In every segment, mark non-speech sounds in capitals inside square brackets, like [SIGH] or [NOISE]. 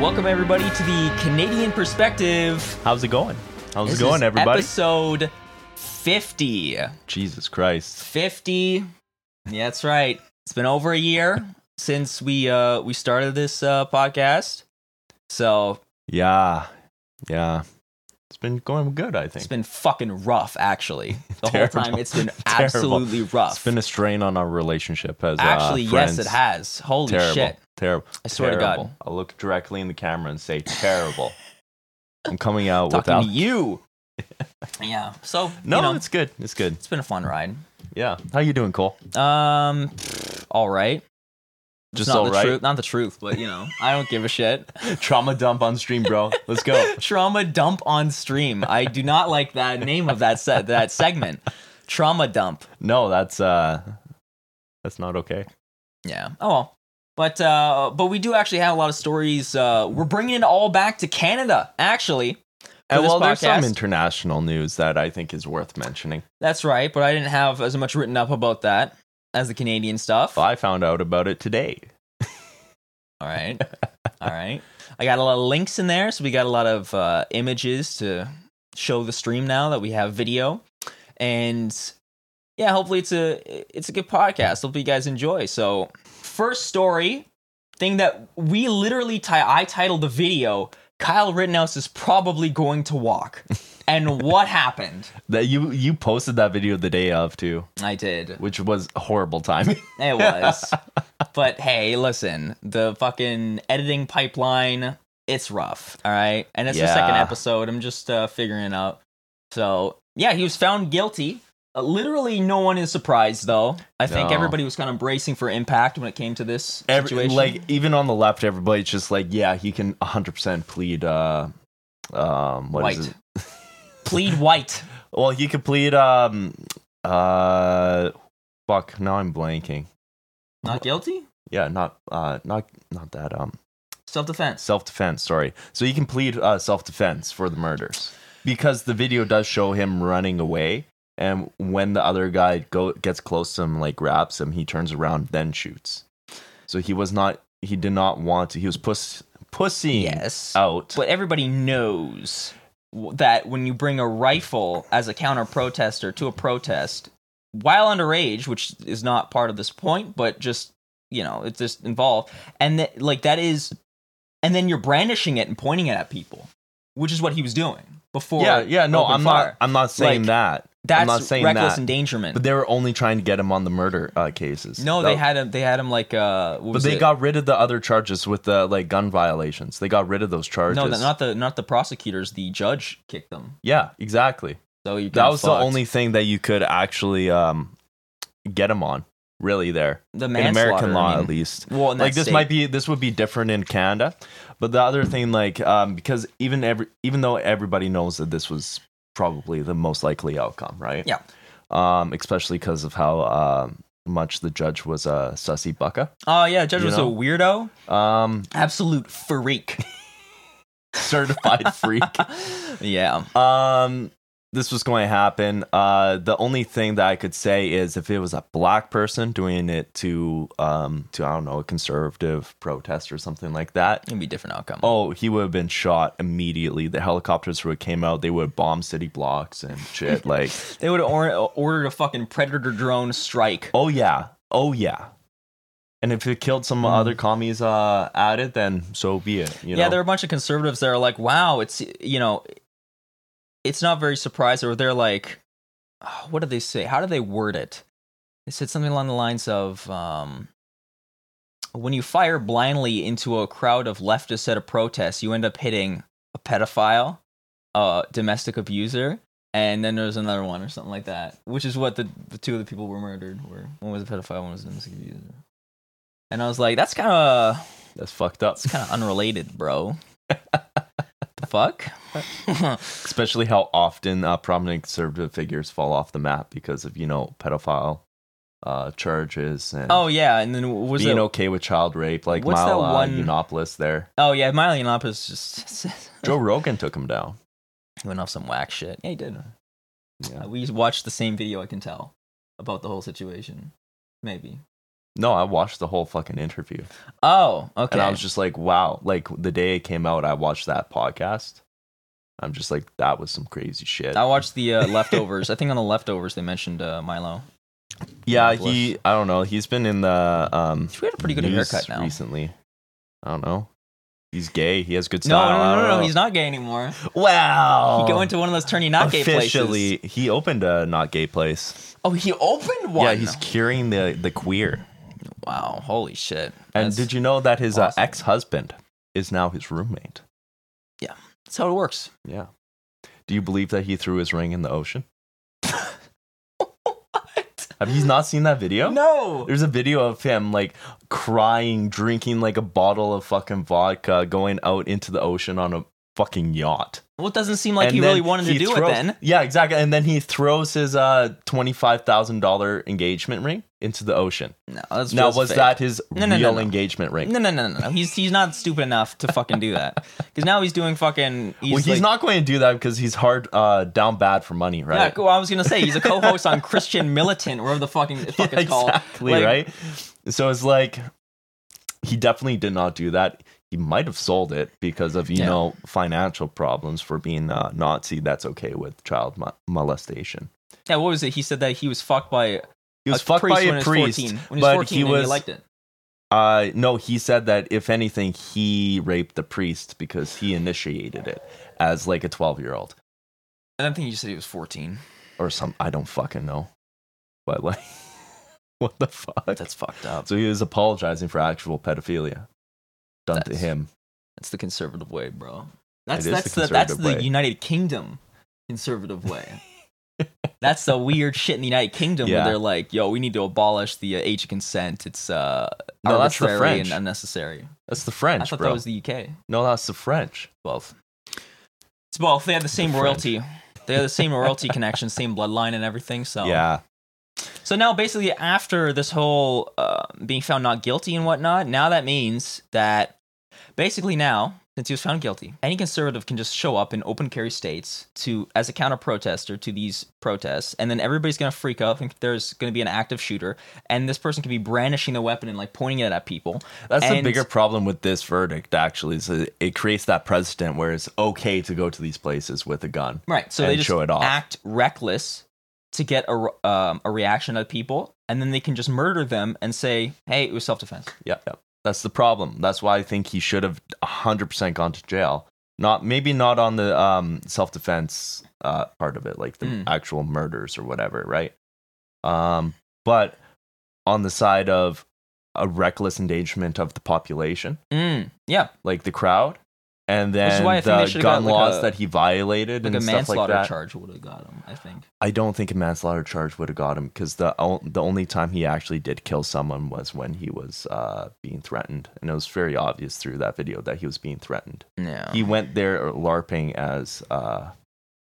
Welcome everybody to the Canadian Perspective. How's it going? How's This it going, is everybody? Episode 50. Jesus Christ. 50. Yeah, that's right. It's been over a year since we uh we started this uh podcast. So, Yeah. Yeah. It's been going good, I think. it's been fucking rough [LAUGHS] actually. The whole Terrible. time it's been [LAUGHS] Terrible. absolutely rough. It's been a strain on our relationship as uh, actually, yes, friends. it has. Holy terrible. shit. Terrible. I swear to terrible. God. I'll look directly in the camera and say [LAUGHS] terrible. I'm coming out Talking without [LAUGHS] to you. yeah. So, No, you know, it's good. It's good. it's been a fun ride. Yeah. How you doing, Cole? Um, all right. It's Just not all the right. Truth, not the truth, but you know, I don't give a shit. [LAUGHS] [LAUGHS] Trauma dump on stream, bro. Let's go. Trauma dump on stream. I do not like that name of that set that segment. Trauma dump. no, that's uh that's not okay. Yeah. Oh well. But uh, but we do actually have a lot of stories. Uh, we're bringing it all back to Canada, actually. for And this Uh, well, there's some podcast. international news that I think is worth mentioning. That's right. But I didn't have as much written up about that as the Canadian stuff. I found out about it today. All right. All right. I got a lot of links in there. So we got a lot of uh, images to show the stream now that we have video. And yeah, hopefully it's a it's a good podcast. Hopefully you guys enjoy. So first story, thing that we literally ti- I titled the video, Kyle Rittenhouse is probably going to walk. And what happened? That you you posted that video the day of too, I did. which was horrible timing. [LAUGHS] It was. but hey, listen, the fucking editing pipeline, it's rough. All right. And it's the second Yeah. episode. I'm just uh, figuring it out. So, yeah, he was found guilty. Uh, literally, no one is surprised, though. I think No. everybody was kind of bracing for impact when it came to this Every- situation. like even on the left, everybody's just like, yeah, he can 100 percent plead. Uh, um, what is White. it? Plead white. Well, he could plead. Um, uh, fuck. Now I'm blanking. Not guilty? Yeah, not uh, not not that. Um, Self defense. self defense. Sorry. So he can plead uh, self defense for the murders because the video does show him running away, and when the other guy go gets close to him, like grabs him, he turns around, then shoots. So he was not. He did not want to. He was puss pussying Yes. out. But everybody knows w- that when you bring a rifle as a counter protester to a protest while underage, which is not part of this point, but just you know, it's just involved, and that like that is, and then you're brandishing it and pointing it at people, which is what he was doing before. yeah, yeah. No, open I'm fire. not. I'm not saying Like, that. That's I'm not saying reckless that. endangerment. But they were only trying to get him on the murder uh, cases. no, they That- had him. They had him like uh. What But was they it? got rid of the other charges with the like gun violations. They got rid of those charges. no, th- not the not the prosecutors. The judge kicked them. yeah, exactly. So you that was the only thing that you could actually um, get him on really there the in manslaughter, american law I mean. at least Well, in like that this state. might be this would be different in canada but the other thing like um, because even every even though everybody knows that this was probably the most likely outcome right Yeah. um, especially because of how um much the judge was a uh, sussy bucka Oh yeah, judge you was know? a weirdo, um, [LAUGHS] absolute freak. certified freak [LAUGHS] yeah, Um, this was going to happen. Uh, the only thing that I could say is if it was a black person doing it to, um, to I don't know, a conservative protest or something like that. it'd be a different outcome. Oh, he would have been shot immediately. The helicopters would have came out. They would have bombed city blocks and shit. like, They would have or- ordered a fucking predator drone strike. oh yeah, oh yeah. And if it killed some other commies uh, at it, then so be it. You yeah, know? there are a bunch of conservatives that are like, "Wow, it's you know, it's not very surprising." Or they're like, oh, "What did they say? How did they word it?" They said something along the lines of, um, "When you fire blindly into a crowd of leftists at a protest, you end up hitting a pedophile, a domestic abuser." And then there's another one or something like that, which is what the, the two of the people were murdered were. One was a pedophile, one was a domestic abuser. And I was like, that's kind of That's fucked up. it's kind of unrelated, bro. the fuck? [LAUGHS] Especially how often uh, prominent conservative figures fall off the map because of, you know, pedophile uh, charges and oh yeah, and then what was being it? okay with child rape, like What's that Mile uh, one- Yiannopoulos there. Oh yeah, Miley Yiannopoulos just [LAUGHS] Joe Rogan took him down. went off some whack shit. Yeah, he did. Yeah. Uh, we watched the same video. I can tell about the whole situation. Maybe No, I watched the whole fucking interview. Oh, okay. And I was just like, wow. Like the day it came out, I watched that podcast. I'm just like, that was some crazy shit. I watched the uh, leftovers. I think on the leftovers they mentioned uh, Milo. yeah, Bliss. he, I don't know. He's been in the um, We had a pretty good news haircut now. recently. I don't know. He's gay. He has good No, style. no, I no, don't no, no, know. He's not gay anymore. wow. He go into one of those turny not gay places. Oh. Officially, he opened a not gay place. Oh, he opened one. Yeah, he's curing the the queer. wow. Holy shit. And That's- did you know that his uh, awesome. ex husband is now his roommate? That's how it works. Yeah. Do you believe that he threw his ring in the ocean? [LAUGHS] What? Have you not seen that video? No. There's a video of him like crying, drinking like a bottle of fucking vodka, going out into the ocean on a fucking yacht. Well, it doesn't seem like And he then really wanted to he do it throws- then. Yeah, exactly. And then he throws his uh twenty-five thousand dollar engagement ring into the ocean. No, that's now feels was fake. that his No, no, no, real no. engagement ring? No, no, no, no, no. He's he's not stupid enough to fucking do [LAUGHS] that. Because now he's doing fucking. He's, well, he's like- not going to do that because he's hard uh down bad for money, Yeah, right? [LAUGHS] well, I was gonna say he's a co-host on Christian Militant, whatever the fucking fuck it's called. exactly, Like, right? So it's like he definitely did not do that. He might have sold it because of you Yeah. know financial problems for being a Nazi. That's okay with child mo- molestation. Yeah, what was it? He said that he was fucked by He was a fucked priest by when a he was priest, 14. When he was but 14 he and was he liked it. Uh, no, he said that if anything, he raped the priest because he initiated it as like a 12 year old I don't think you said he was 14. or some. I don't fucking know. But like, [LAUGHS] what the fuck? That's fucked up. so he was apologizing for actual pedophilia done to That's- him. That's the conservative way, bro. That's It is that's the the, that's the conservative way. United Kingdom conservative [LAUGHS] way. that's the weird shit in the United Kingdom Yeah. where they're like, "Yo, we need to abolish the uh, age of consent. It's uh, No, that's the arbitrary and French. unnecessary." That's the I French, thought bro. that was the UK. no, that's the French. 12. It's both. They had the same French. royalty. They had the same royalty connection, same bloodline, and everything. So [LAUGHS] Yeah, So now, basically, after this whole uh, being found not guilty and whatnot, now that means that basically now, since he was found guilty, any conservative can just show up in open carry states to as a counter protester to these protests, and then everybody's gonna freak out. and there's gonna be an active shooter, and this person can be brandishing the weapon and like pointing it at people. that's the And- bigger problem with this verdict. Actually, is it, it creates that precedent where it's okay to go to these places with a gun. Right. So and they just show it off. act reckless to get a, re- um, a reaction out of people, and then they can just murder them and say, hey, it was self defense. Yeah, yeah. That's the problem. That's why I think he should have 100% gone to jail. Not maybe not on the um, self defense uh, part of it, like the Mm. actual murders or whatever, right? Um, but on the side of a reckless endangerment of the population, Mm, yeah. like the crowd, and then is why I think they the should've gun got, like, laws a- that he violated Like a and stuff like manslaughter that. charge would have got him, I think. I don't think a manslaughter charge would have got him because the o- the only time he actually did kill someone was when he was uh, being threatened, and it was very obvious through that video that he was being threatened. Yeah. He went there larping as uh,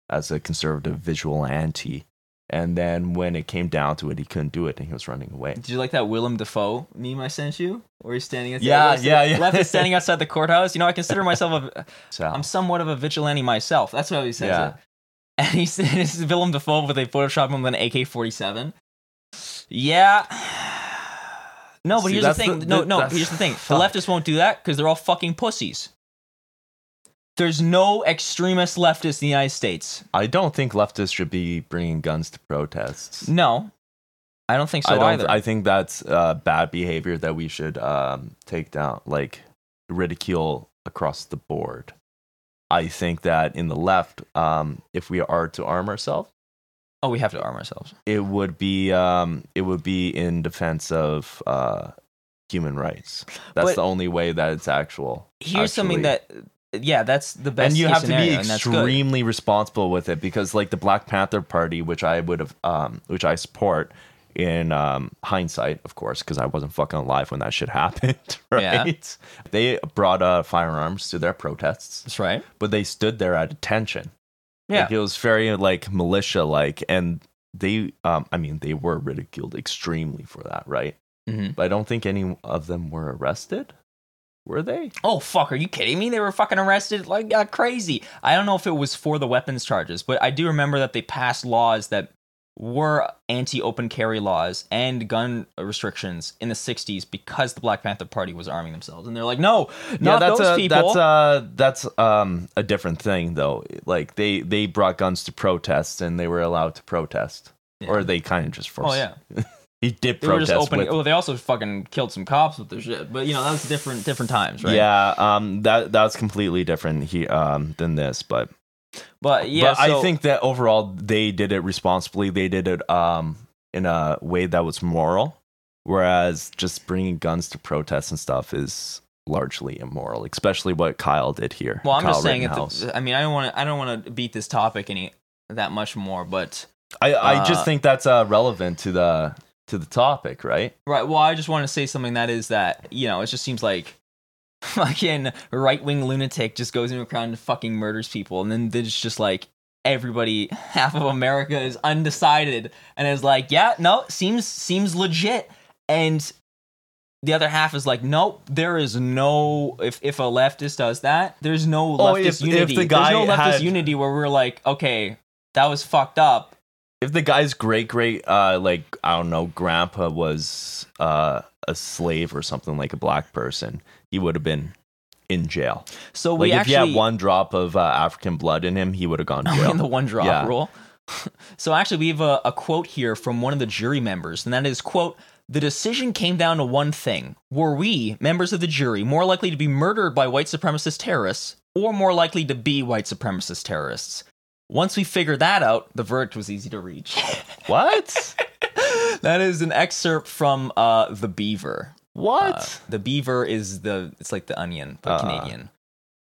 as a conservative vigilante, and then when it came down to it, he couldn't do it, and he was running away. Did you like that Willem Dafoe meme I sent you? Where he's standing at the Yeah, left- yeah, yeah. left is [LAUGHS] standing outside the courthouse. You know, I consider myself a So I'm somewhat of a vigilante myself. That's how he says Yeah. it. And he says [LAUGHS] this is Willem Dafoe with a Photoshop him with an AK forty seven. Yeah. [SIGHS] No, but See, here's the that's thing. the- no, that- no, that's- here's the thing. The fuck. leftists won't do that because they're all fucking pussies. There's no extremist leftists in the United States. I don't think leftists should be bringing guns to protests. No, I don't think so I don't. either. I think that's uh, bad behavior that we should um, take down, like ridicule across the board. I think that in the left, um, if we are to arm ourselves, oh, we have to arm ourselves. it would be um, it would be in defense of uh, human rights. That's But- the only way that it's actual. Here's something actually- that, yeah, that's the best. and you case have to scenario, be and that's good. extremely responsible with it because like the black panther party which i would have um which i support in um hindsight of course because i wasn't fucking alive when that shit [LAUGHS] happened Yeah. right they brought uh firearms to their protests That's right. but they stood there at attention Yeah. like, it was very like militia like and they um i mean they were ridiculed extremely for that right Mhm. but i don't think any of them were arrested were they Oh fuck, are you kidding me? They were fucking arrested like uh, crazy. I don't know if it was for the weapons charges, but I do remember that they passed laws that were anti open carry laws and gun restrictions in the 60s because the Black Panther Party was arming themselves. And they're like, no, not that's those a, people. That's uh that's um a different thing though. Like they they brought guns to protests and they were allowed to protest, Yeah. or they kind of just forced. oh, yeah. he did They were protest just opening. with. Well, they also fucking killed some cops with their shit. But, you know, that was different, different times, right? Yeah, um, that that's completely different he, um, than this, but But, yeah. but I so- think that overall they did it responsibly. They did it um in a way that was moral, whereas just bringing guns to protests and stuff is largely immoral, especially what Kyle did here. Well, I'm Kyle just saying. It's Rittenhouse. I mean, I don't want to. I don't want to beat this topic any that much more. But I, I Uh, just think that's uh, relevant to the to the topic, right? right. Well, I just want to say something that is that you know it just seems like [LAUGHS] fucking right wing lunatic just goes into a crowd and fucking murders people, and then it's just like everybody, [LAUGHS] half of America is undecided and is like, yeah, no, seems seems legit, and the other half is like, nope, there is no if if a leftist does that, there's no leftist Oh, if- if unity. the guy there's no leftist had- unity where we're like, okay, that was fucked up. If the guy's great great uh, like I don't know grandpa was uh, a slave or something like a black person, he would have been in jail. So Like we if actually you had one drop of uh, African blood in him, he would have gone [LAUGHS] to jail. in the one drop Yeah. rule. [LAUGHS] so actually, we have a, a quote here from one of the jury members, and that is quote. The decision came down to one thing. Were we, members of the jury, more likely to be murdered by white supremacist terrorists or more likely to be white supremacist terrorists? Once we figured that out, the verdict was easy to reach. [LAUGHS] Uh, what? that is an excerpt from uh, The Beaver. What? Uh, the beaver is the it's like the onion, but Uh. Canadian.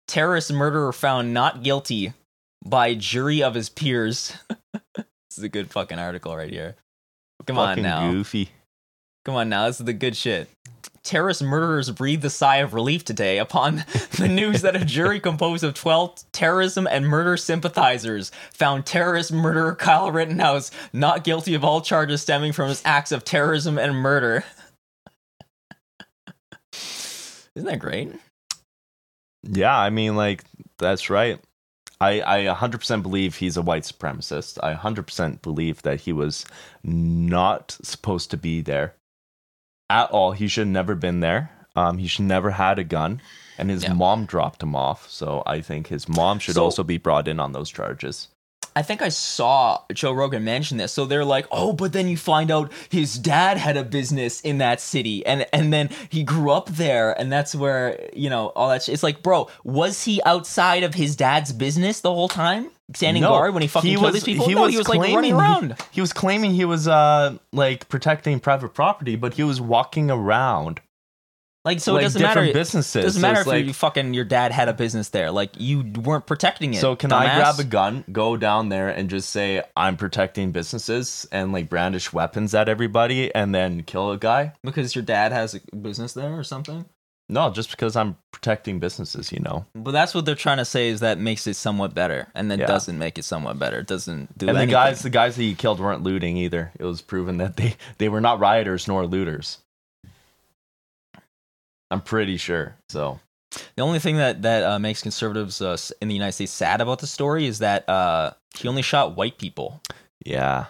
Terrorist murderer found not guilty by jury of his peers. [LAUGHS] this is a good fucking article right here. Come Fucking on now. goofy. Come on now. This is the good shit. Terrorist murderers breathed a sigh of relief today upon [LAUGHS] the news that a jury composed of 12 terrorism and murder sympathizers found terrorist murderer Kyle Rittenhouse not guilty of all charges stemming from his acts of terrorism and murder. [LAUGHS] Isn't that great? Yeah, I mean, like that's right. I I 100% believe he's a white supremacist. I 100% believe that he was not supposed to be there at all. He should never been there. Um, he should never had a gun, and his Yeah. mom dropped him off. So I think his mom should So- also be brought in on those charges. I think I saw Joe Rogan mention this. So they're like, "Oh, but then you find out his dad had a business in that city, and and then he grew up there, and that's where you know all that." Sh- it's like, bro, was he outside of his dad's business the whole time, standing No, guard when he fucking killed these people? no, he was like running around. He, was claiming he was uh like protecting private property, but he was walking around. Like, so like it doesn't matter. different It businesses. doesn't So matter it's if like- you fucking your dad had a business there. Like, you weren't protecting it. So can I dumbass. grab a gun, go down there, and just say I'm protecting businesses and like brandish weapons at everybody, and then kill a guy? because your dad has a business there or something? No, just because I'm protecting businesses, you know. But that's what they're trying to say is that makes it somewhat better, and then Yeah. doesn't make it somewhat better. It doesn't do and anything. the guys, the guys that he killed weren't looting either. It was proven that they they were not rioters nor looters. I'm pretty sure. So The only thing that that uh, makes conservatives uh, s- in the United States sad about the story is that uh, he only shot white people. yeah,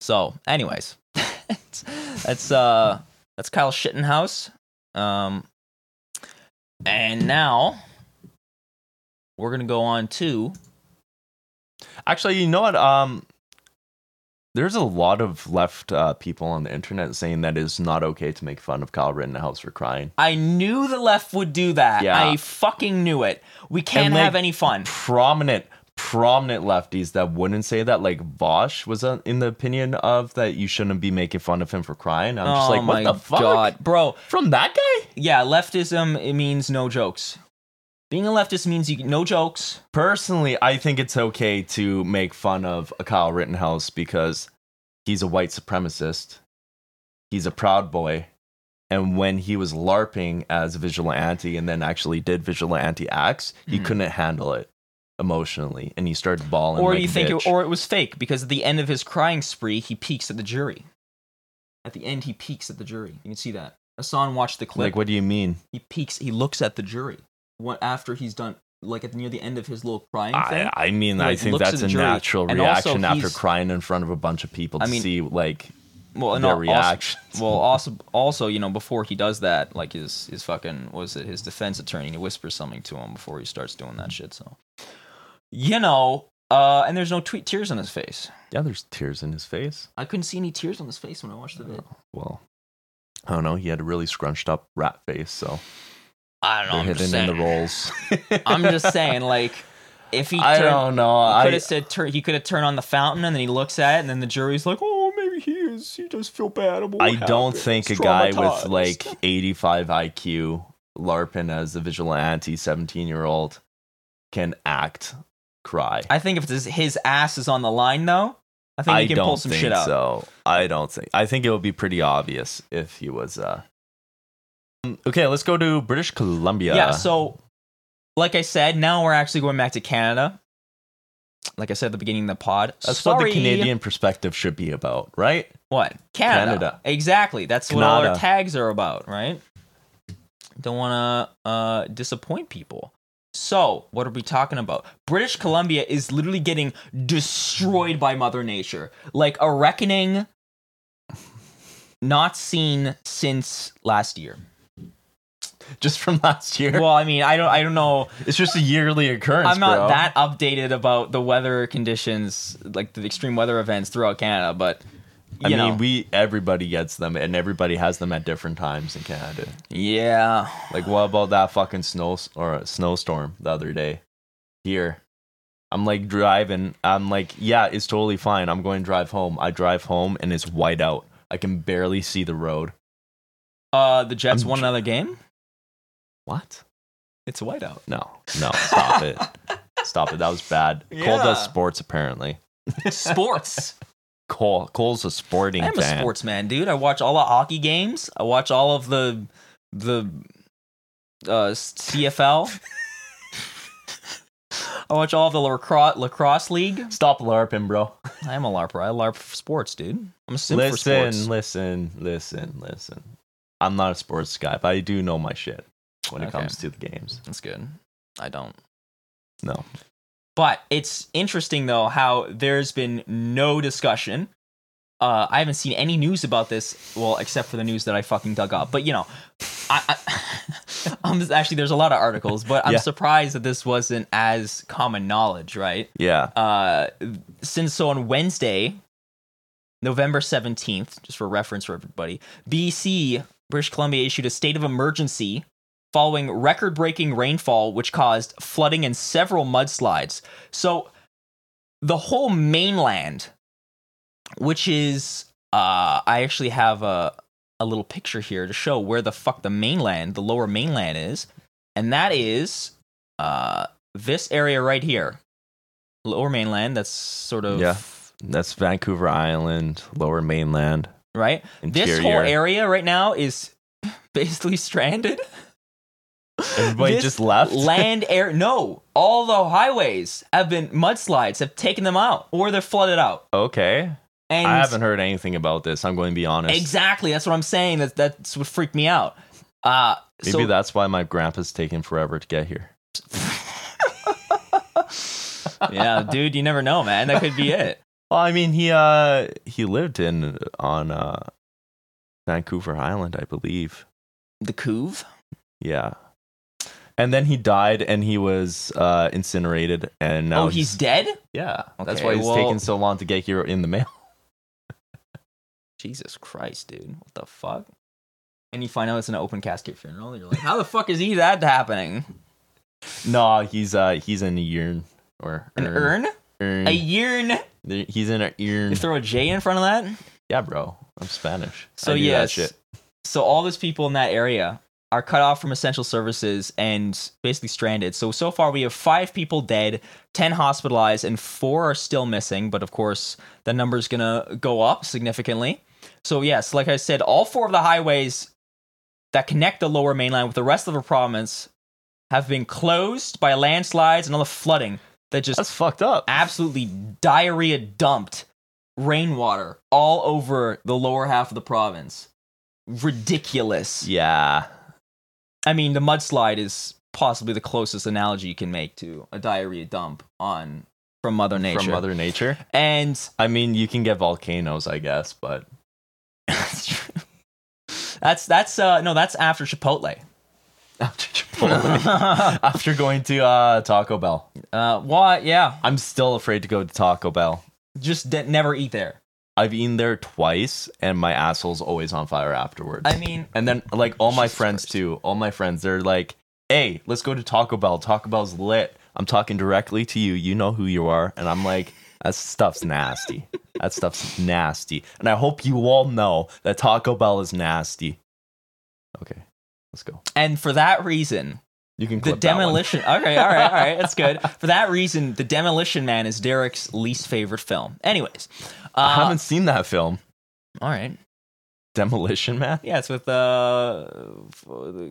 So, anyways, [LAUGHS] that's that's, uh, that's Kyle Shittenhouse. Um, and now we're gonna go on to Actually, you know what? Um, there's a lot of left uh, people on the internet saying that it's not okay to make fun of Kyle Rittenhouse for crying. I knew the left would do that. Yeah. I fucking knew it. We can't And, like, have any fun. Prominent, prominent lefties that wouldn't say that, like Vosh was uh, in the opinion of that you shouldn't be making fun of him for crying. I'm just oh like, my what the fuck? god, bro. From that guy? Yeah, leftism it means no jokes. Being a leftist means you no jokes. Personally, I think it's okay to make fun of a Kyle Rittenhouse because he's a white supremacist. He's a proud boy. And when he was LARPing as vigilante and then actually did vigilante acts, he Mhm. couldn't handle it emotionally and he started bawling. or like do you a think it, bitch. or it was fake because at the end of his crying spree he peeks at the jury at the end he peeks at the jury you can see that Hassan watched the clip like, what do you mean? he peeks he looks at the jury what after he's done like at near the end of his little crying thing. I, I mean, I Like, think looks at that's the a jury, natural and also reaction after he's- crying in front of a bunch of people to I mean, see like well, and their al- also- reactions. well, also, also, you know, before he does that, like his his fucking was it his defense attorney? He whispers something to him before he starts doing that shit. So, you know, uh, and there's no tweet tears on his face. yeah, there's tears in his face. I couldn't see any tears on his face when I watched the video. Well, I don't know. He had a really scrunched up rat face, so I don't know. they're I'm hidden just, in saying, the [LAUGHS] rolls. I'm just saying, like, if he I turned- don't know. He could I have said tur- he could have turned on the fountain, and then he looks at it, and then the jury's like, "Oh, maybe he is. He does feel bad." about what I don't happened. think a He's guy with traumatized." like 85 IQ larping as a vigilante 17 year old can act cry. I think if this, his ass is on the line, though, I think he can don't pull some think shit out. so. I don't think. I think it would be pretty obvious if he was. Uh... Mm, Okay, let's go to British Columbia. Yeah. So, like I said, now we're actually going back to Canada. Like I said at the beginning of the pod, that's what sorry, the Canadian perspective should be about, right? [LAUGHS] What Canada? Canada. Exactly. That's what all our Canada. tags are about, right? Don't want to uh, disappoint people. So, what are we talking about? British Columbia is literally getting destroyed by Mother Nature, like a reckoning not seen since last year. Just from last year. Well, I mean, I don't, I don't know. it's just a yearly occurrence. I'm not bro. that updated about the weather conditions, like the extreme weather events throughout Canada, but you I mean, know, we everybody gets them, and everybody has them at different times in Canada. yeah. Like, what about that fucking snow s- or a snowstorm the other day? Here, I'm like driving. I'm like, yeah, it's totally fine. I'm going to drive home. I drive home, and it's white out. I can barely see the road. Uh, the Jets I'm won tr- another game. What? It's a [LAUGHS] whiteout. No, no, stop it, stop it. That was [LAUGHS] bad. Cole Yeah. does sports apparently. Sports. Cole, Cole's a sporting I'm a fan. sportsman, dude. I watch all the hockey games. I watch all of the the uh, [LAUGHS] CFL. I watch all of the lacrosse, lacrosse league. Stop larping, [LAUGHS] bro. I am a LARPer. I LARP for sports, dude. I'm a simp for Listen, sports. listen, listen, listen. I'm not a sports guy, but I do know my shit when it Okay. comes to the games. That's good. I don't. No. But it's interesting though how there's been no discussion. Uh, I haven't seen any news about this. Well, except for the news that I fucking dug up. But you know, I, I, [LAUGHS] I'm actually there's a lot of articles, but I'm Yeah. surprised that this wasn't as common knowledge, right? Yeah. Uh, since so on Wednesday, November 17th, just for reference for everybody, BC, British Columbia issued a state of emergency following record breaking rainfall, which caused flooding and several mudslides. So the whole mainland, which is, uh, I actually have a, a little picture here to show where the fuck the mainland, the lower mainland is. And that is uh, this area right here. Lower mainland, that's sort of Yeah. That's Vancouver Island, lower mainland, right? interior. This whole area right now is [LAUGHS] basically stranded. Everybody this just left. Land, air, no. All the highways have been mudslides have taken them out, or they're flooded out. okay. And I haven't heard anything about this. I'm going to be honest. exactly that's what I'm saying. That that's what freaked me out. Uh, Maybe so that's why my grandpa's taking forever to get here. [LAUGHS] yeah, dude, you never know, man. That could be it. Well, I mean, he uh he lived in on uh Vancouver Island, I believe. [LAUGHS] The Couve. Yeah. And then he died and he was uh, incinerated and now oh, he's dead. yeah. That's Okay, why he's well- taking so long to get here in the mail. [LAUGHS] Jesus Christ, dude. What the fuck? And you find out it's an open casket funeral. You're like, how the fuck is he that happening? no, he's uh he's in a urn or An urn? urn. A yearn. There- He's in an You urn. throw a J in front of that. yeah, bro. I'm Spanish. So I do that yes. shit. So all those people in that area are cut off from essential services and basically stranded. So so far we have five people dead, ten hospitalized, and four are still missing. But of course the number's gonna go up significantly. So yes, like I said, all four of the highways that connect the lower mainland with the rest of the province have been closed by landslides and all the flooding that just That's fucked up. absolutely diarrhea dumped rainwater all over the lower half of the province. Ridiculous. yeah. I mean, the mudslide is possibly the closest analogy you can make to a diarrhea dump on from Mother Nature. from Mother Nature. and [LAUGHS] I mean, you can get volcanoes, I guess, but [LAUGHS] that's that's uh no, that's after Chipotle. after Chipotle, after going to uh, Taco Bell, Uh, why? Yeah, I'm still afraid to go to Taco Bell. just de- never eat there. I've eaten there twice, and my asshole's always on fire afterwards. I mean, and [LAUGHS] then like all my Jesus friends Christ. too, all my friends, they're like, "Hey, let's go to Taco Bell. Taco Bell's lit." I'm talking directly to you. You know who you are, and I'm like, "That stuff's nasty. That stuff's nasty." And I hope you all know that Taco Bell is nasty. Okay, let's go. and for that reason, You can the clip that one. demolition. okay, all right, all right, that's [LAUGHS] good. For that reason, the Demolition Man is Derek's least favorite film. Anyways, I uh, haven't seen that film, all right, Demolition Man. yeah, it's with uh, f-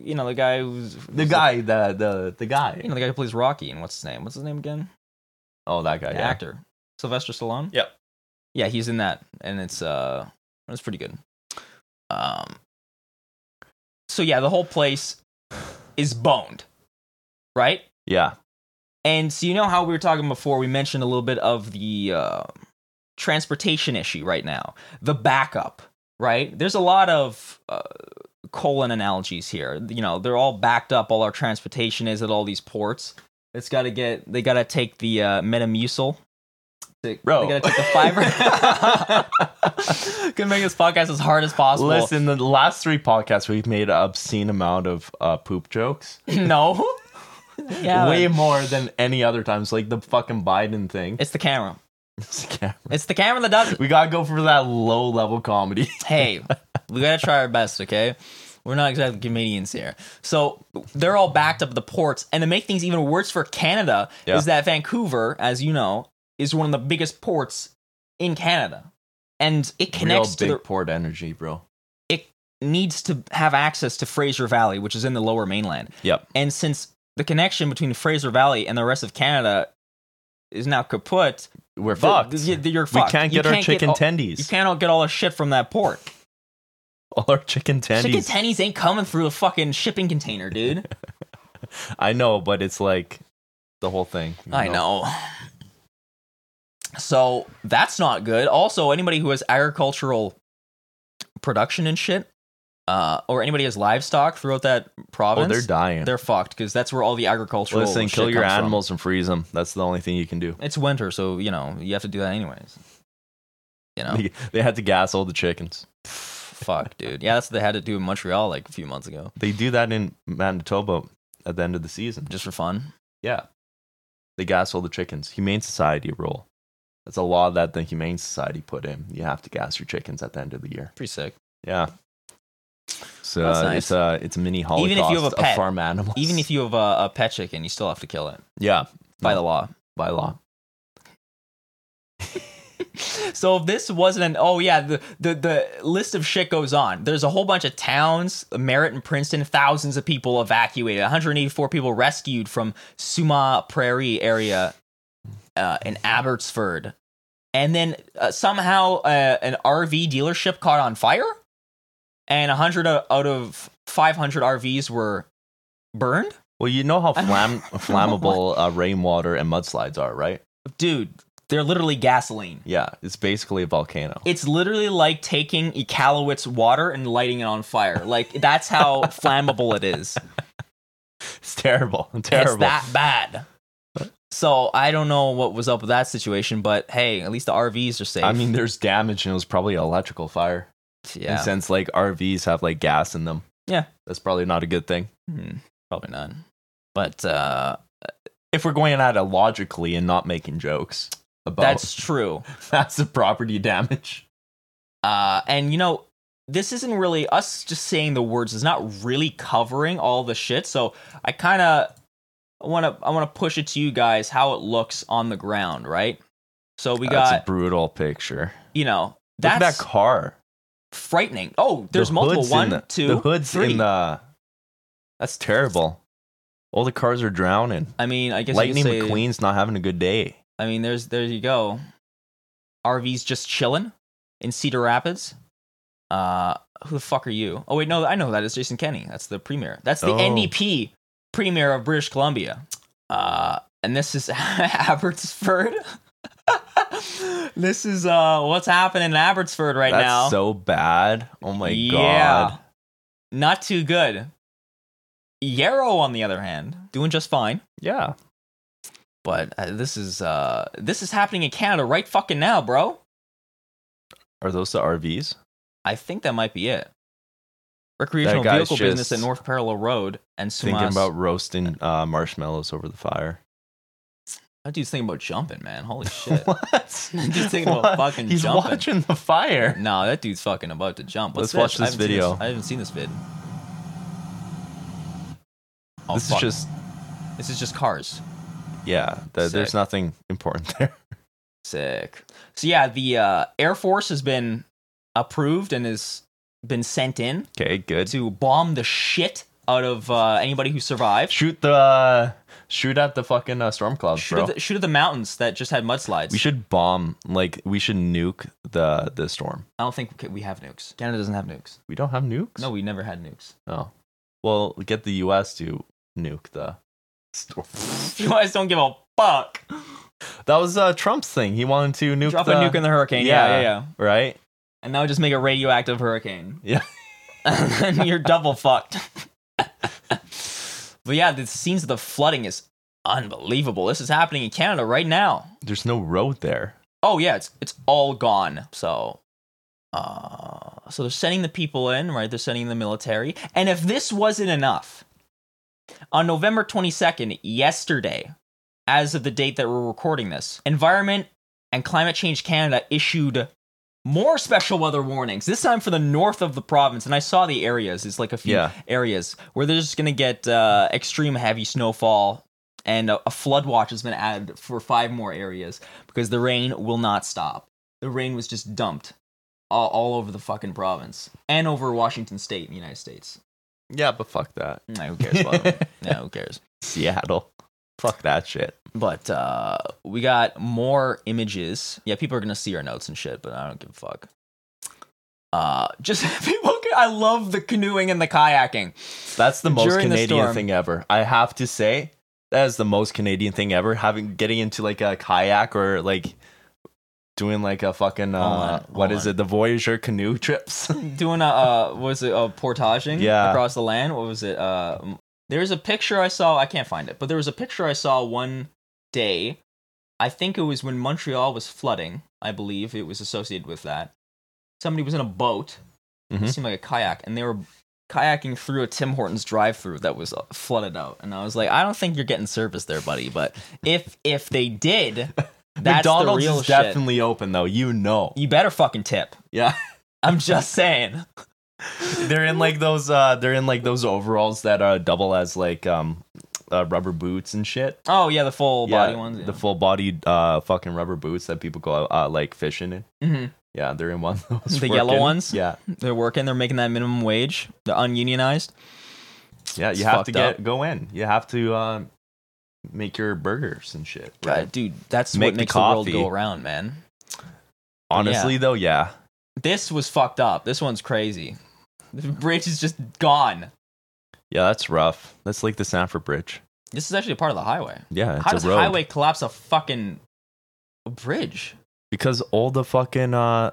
you know, the guy who's The guy, the the the you guy. know, the guy who plays Rocky, and what's his name? What's his name again? Oh, that guy. The Yeah. actor Sylvester Stallone. Yep. Yeah, he's in that, and it's uh, it's pretty good. Um, so yeah, the whole place is boned, right? Yeah. And so you know how we were talking before, we mentioned a little bit of the uh, transportation issue right now, the backup, right? There's a lot of uh, colon analogies here. You know, they're all backed up. All our transportation is at all these ports. It's got to get. They got to take the uh, Metamucil. They, Bro. they got to take the [LAUGHS] fiber. Gonna make this podcast as hard as possible. Listen, the last three podcasts we've made an obscene amount of uh, poop jokes. [LAUGHS] no. yeah, way more than any other times. Like the fucking Biden thing. it's the camera. [LAUGHS] It's a camera. It's the camera that does it. We gotta go for that low level [LAUGHS] comedy. hey, we gotta try our best, okay? We're not exactly comedians here. So they're all backed up at the ports. And to make things even worse for Canada Yeah. is that Vancouver, as you know, is one of the biggest ports in Canada. And it connects to Real big the, port energy, bro. it needs to have access to Fraser Valley, which is in the lower mainland. Yep. And since the connection between Fraser Valley and the rest of Canada is now kaput, We're the- fucked. the- the- you're we fucked. can't You get our chicken all- You tendies. cannot get all the shit from that port. [LAUGHS] All our chicken tendies. Chicken tennies ain't coming through a fucking shipping container, dude. [LAUGHS] I know, but it's like the whole thing. you I know. So that's not good. Also, anybody who has agricultural production and shit, uh, or anybody who has livestock throughout that Oh, province, they're dying. they're fucked because that's where all the agricultural Listen, shit kill your comes from. animals and freeze them. That's the only thing you can do. It's winter, so you know you have to do that anyways. You know, They, they had to gas all the chickens. fuck, dude. Yeah, that's what they had to do in Montreal like a few months ago, They do that in Manitoba at the end of the season. just for fun. Yeah. They gas all the chickens. Humane Society rule. That's a law that the Humane Society put in. You have to gas your chickens at the end of the year. Pretty sick. Yeah. So That's uh, nice. it's a it's a mini holocaust Even if you have a pet. of farm animals. Even if you have a, a pet chicken, you still have to kill it [LAUGHS] yeah by No. the law. by law. So if this wasn't an oh yeah the, the the list of shit goes on. There's a whole bunch of towns, Merritt and Princeton, thousands of people evacuated, 184 people rescued from Suma Prairie area uh, in Abbotsford, and then uh, somehow uh, an RV dealership caught on fire, and 100 o- out of 500 RVs were burned. Well, you [LAUGHS] know how I flam- flammable uh, rainwater and mudslides are, right? Dude, they're literally gasoline. Yeah, it's basically a volcano. [LAUGHS] It's literally like taking Iqaluit's water and lighting it on fire. Like that's [LAUGHS] how flammable it is. It's terrible, [LAUGHS] terrible. It's that bad. So I don't know what was up with that situation, but hey, at least the RVs are safe. I mean, there's damage, and it was probably electrical fire. And yeah, since like RVs have like gas in them, Yeah. that's probably not a good thing. Hmm, probably not. But uh, if we're going at it logically and not making jokes about that's that's true. [LAUGHS] that's the property damage. Uh, and you know, this isn't really us just saying the words is not really covering all the shit. So I kind of want to I want to push it to you guys how it looks on the ground, right? So we got that's a brutal picture. you know Look at that's that car. frightening oh there's The multiple hood's in one the, two The hoods three. in the. That's terrible. All the cars are drowning. i mean i guess Lightning you could say, McQueen's not having a good day. i mean there's there you go rv's just chilling in cedar rapids uh who the fuck are you oh wait no i know who that is jason kenny that's the premier that's the Oh. ndp premier of British Columbia. Uh, and this is [LAUGHS] Abbotsford. [LAUGHS] this is uh, what's happening in Abbotsford right That's now. so bad. Oh my god. Not too good. Yarrow, on the other hand, doing just fine. Yeah. But uh, this is uh, this is happening in Canada right fucking now, bro. Are those the RVs? I think that might be it. Recreational guy's vehicle business at just North Parallel Road and Sumas. Thinking about roasting uh, marshmallows over the fire. that dude's thinking about jumping, man. Holy [LAUGHS] shit. What? [LAUGHS] Just thinking about fucking He's jumping. watching the fire. No, that dude's fucking about to jump. What's Let's watch I this haven't seen video. I haven't seen this vid. Oh, this fuck. is just this is just cars. yeah. th- there's Sick. nothing important [LAUGHS] there. Sick. So yeah, the uh, Air Force has been approved and has been sent in Okay, good. to bomb the shit out of uh, anybody who survived. Shoot the uh, shoot at the fucking uh, storm clouds, Shoot bro. at, the, shoot at the mountains that just had mudslides. we should bomb like we should nuke the the storm. I don't think we have nukes. Canada doesn't have nukes. We don't have nukes. No, we never had nukes. [LAUGHS] Oh. Well, get the U.S. to nuke the [LAUGHS] storm. You guys don't give a fuck. that was uh, Trump's thing. He wanted to nuke Drop the a nuke in the hurricane. Yeah, yeah, Yeah. yeah. right. And that would just make a radioactive hurricane. Yeah. [LAUGHS] and then you're double [LAUGHS] fucked. but yeah, the scenes of the flooding is unbelievable. This is happening in Canada right now. There's no road there. Oh yeah, it's it's all gone. So uh so they're sending the people in, right? They're sending the military. And if this wasn't enough, on November 22nd, yesterday, as of the date that we're recording this, Environment and Climate Change Canada issued more special weather warnings, this time for the north of the province. And I saw the areas, it's like a few Yeah. areas where they're just going to get uh, extreme heavy snowfall. And a, a flood watch has been added for five more areas because the rain will not stop. The rain was just dumped all, all over the fucking province and over Washington state in the United States. Yeah, but fuck that. Nah, who cares about [LAUGHS] them? Nah, who cares? Seattle. Fuck that shit. But uh, we got more images. Yeah, people are gonna see our notes and shit, but I don't give a fuck. Uh, just [LAUGHS] people. Can, I love the canoeing and the kayaking. That's the most During the Canadian storm. thing ever. I have to say, that is the most Canadian thing ever. Having getting into like a kayak or like doing like a fucking Hold uh, on, what hold is on. it? The Voyager canoe [LAUGHS] trips. Doing a uh, what was it? A portaging Yeah. across the land. What was it? Uh, m- there's a picture I saw. I can't find it, but there was a picture I saw one day. I think it was when Montreal was flooding. I believe it was associated with that. Somebody was in a boat. Mhm. It seemed like a kayak, and they were kayaking through a Tim Hortons drive-through that was uh, flooded out. And I was like, I don't think you're getting service there, buddy. But if if they [LAUGHS] did, that's the McDonald's real is shit. definitely open though. You know. you better fucking tip. Yeah. I'm just saying. [LAUGHS] they're in like those uh they're in like those overalls that uh double as like um uh, rubber boots and shit. Oh yeah, the full Yeah, body ones. The full body uh fucking rubber boots that people go uh like fishing in. hmm Yeah, they're in one of [LAUGHS] those. The yellow working- ones? Yeah. They're working. They're making that minimum wage. They're ununionized. Yeah, It's you have fucked to get up. go in. You have to uh, make your burgers and shit. God, dude, that's what Make the makes the, world coffee. go around, man. Honestly though, yeah. This was fucked up. This one's crazy. The bridge is just gone. Yeah, that's rough. That's like the Sanford Bridge. This is actually a part of the highway. Yeah, it's How does a road. highway collapse a fucking bridge? because all the fucking uh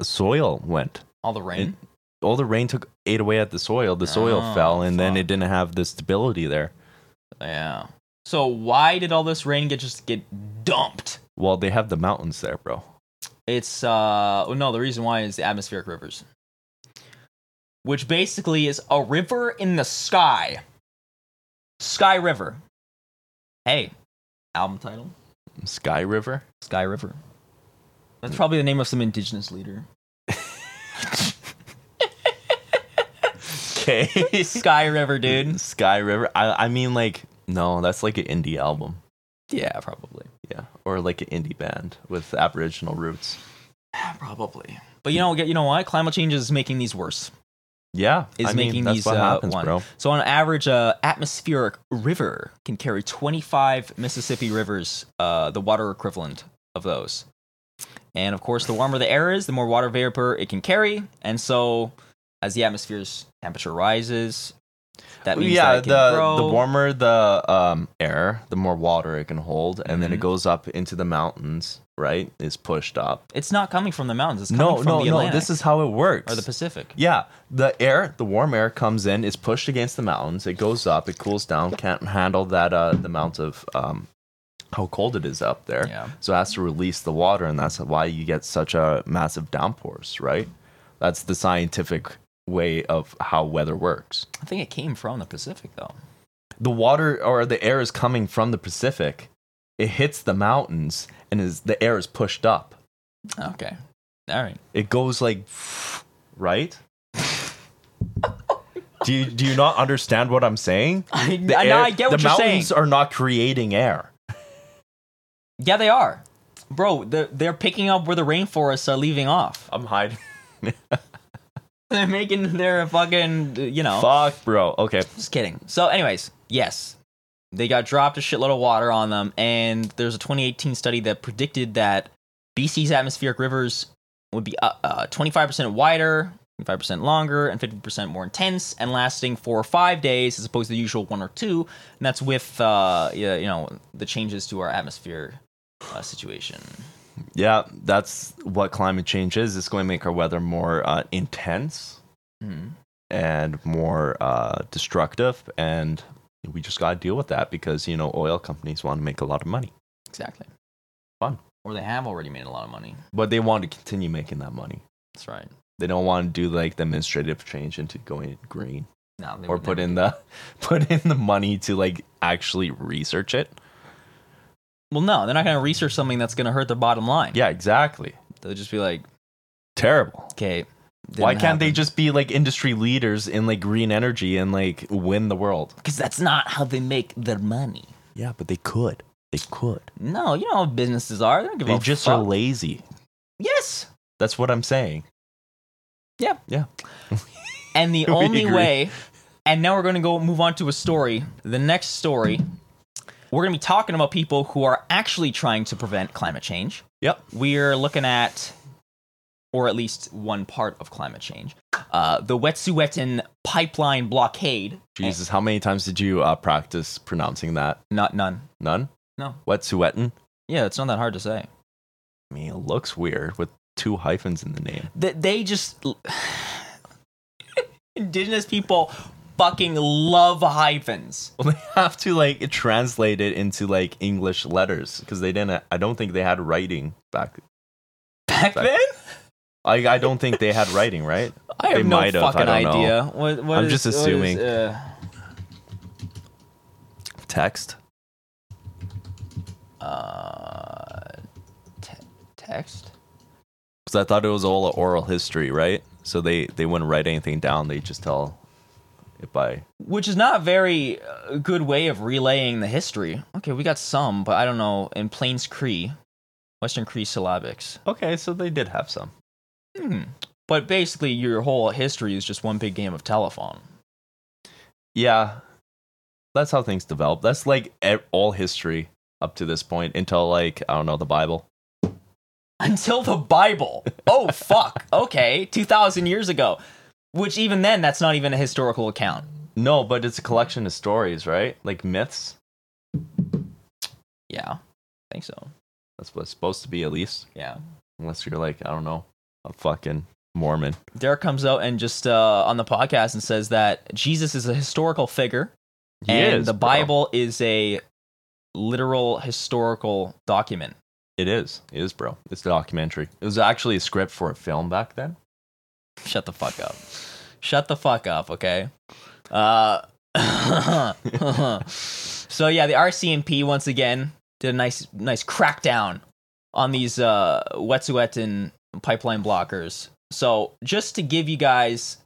soil went. All the rain. All the rain took ate away at the soil. The soil Oh, fell and then fuck. it didn't have the stability there. yeah. So why did all this rain get just get dumped? Well, they have the mountains there, bro. It's uh well, no, the reason why is the atmospheric rivers. Which basically is a river in the sky. Sky River. Hey, album title? [LAUGHS] Sky River. Sky River. That's probably the name of some indigenous leader. [LAUGHS] Okay. Sky River, dude. Sky River. I I mean like no, that's like an indie album. Yeah, probably. Yeah, or like an indie band with Aboriginal roots. [SIGHS] Probably. But you know, you know what? Climate change is making these worse. Yeah, is I mean, making that's these what uh, happens, one. bro. So on average, uh, atmospheric river can carry 25 Mississippi rivers, uh, the water equivalent of those. And of course, the warmer the air is, the more water vapor it can carry. And so, as the atmosphere's temperature rises, That means yeah, that it can the grow. the warmer the um, air, the more water it can hold, and then it Mhm. goes up into the mountains. Right, is pushed up. It's not coming from the mountains. It's coming No, from no, the Atlantic no. This is how it works. or the Pacific. yeah, the air, the warm air comes in, is pushed against the mountains. It goes up, it cools down, can't handle that uh, the amount of um, how cold it is up there. Yeah. So it has to release the water, and that's why you get such a massive downpours. Right, that's the scientific way of how weather works. I think it came from the Pacific though. the water or the air is coming from the Pacific. It hits the mountains and is the air is pushed up. Okay. All right. It goes like right? do you do you not understand what I'm saying? I, [LAUGHS] The now air- I get what the you're saying. mountains are not creating air. Yeah, they are. Bro, they're, they're picking up where the rainforests are leaving off. [LAUGHS] I'm hiding. They're making their fucking, you know. [LAUGHS] Fuck, bro. Okay. Just kidding. So, anyways, yes, they got dropped a shitload of water on them, and there's a 2018 study that predicted that BC's atmospheric rivers would be uh, uh, 25% wider, 25% longer, and 50% more intense, and lasting four or five days as opposed to the usual one or two. And that's with uh, yeah, you know the changes to our atmosphere uh, situation. Yeah, that's what climate change is. It's going to make our weather more uh, intense Hmm. and more uh, destructive and we just got to deal with that because, you know, oil companies want to make a lot of money. Exactly. Fun. Or they have already made a lot of money. but they want to continue making that money. That's right. They don't want to do like the administrative change into going green No, they or would put never in do the [LAUGHS] put in the money to like actually research it. Well, no, they're not going to research something that's going to hurt their bottom line. Yeah, exactly. They'll just be like, Terrible. okay. didn't Why can't they happen. just be like industry leaders in like green energy and like win the world? Because that's not how they make their money. Yeah, but they could. They could. No, you know how businesses are. They don't give They a just fuck. are lazy. yes. That's what I'm saying. Yeah. Yeah. And the [LAUGHS] We only agree. way, and now we're going to go move on to a story. The next story, we're going to be talking about people who are actually trying to prevent climate change. Yep. We're looking at, or at least one part of climate change, uh, the Wet'suwet'en pipeline blockade. Jesus, how many times did you uh, practice pronouncing that? Not none. None? No. Wet'suwet'en? Yeah, it's not that hard to say. I mean, it looks weird with two hyphens in the name. [LAUGHS] that they just [LAUGHS] indigenous people fucking love hyphens. Well, they have to like translate it into like English letters because they didn't. I don't think they had writing back. Back Back- then, I, I don't think they had writing, right? I have They no might have, I fucking don't know. idea. What, what I'm is- just what is, assuming. uh, Text. uh, te- text. Because I thought it was all oral history, right? So they they wouldn't write anything down. They just tell it by. Which is not a very uh, good way of relaying the history. Okay, we got some, but I don't know. In Plains Cree, Western Cree syllabics. Okay, so they did have some. Hmm. But basically, your whole history is just one big game of telephone. [LAUGHS] Yeah, that's how things develop. That's like e- all history up to this point until like I don't know the Bible. until the Bible. Oh fuck. Okay, 2000 years ago. Which even then that's not even a historical account. No, but it's a collection of stories, right? Like myths. Yeah. I think so. That's what it's supposed to be, at least. Yeah. unless you're like I don't know a fucking Mormon. Derek comes out and just uh, on the podcast and says that Jesus is a historical figure He and is, the bro. Bible is a literal historical document. It is, it is, bro. It's a documentary. It was actually a script for a film back then. Shut the fuck up. Shut the fuck up, okay? Uh [LAUGHS] So yeah, the RCMP once again did a nice nice crackdown on these uh Wet'suwet'en pipeline blockers. So just to give you guys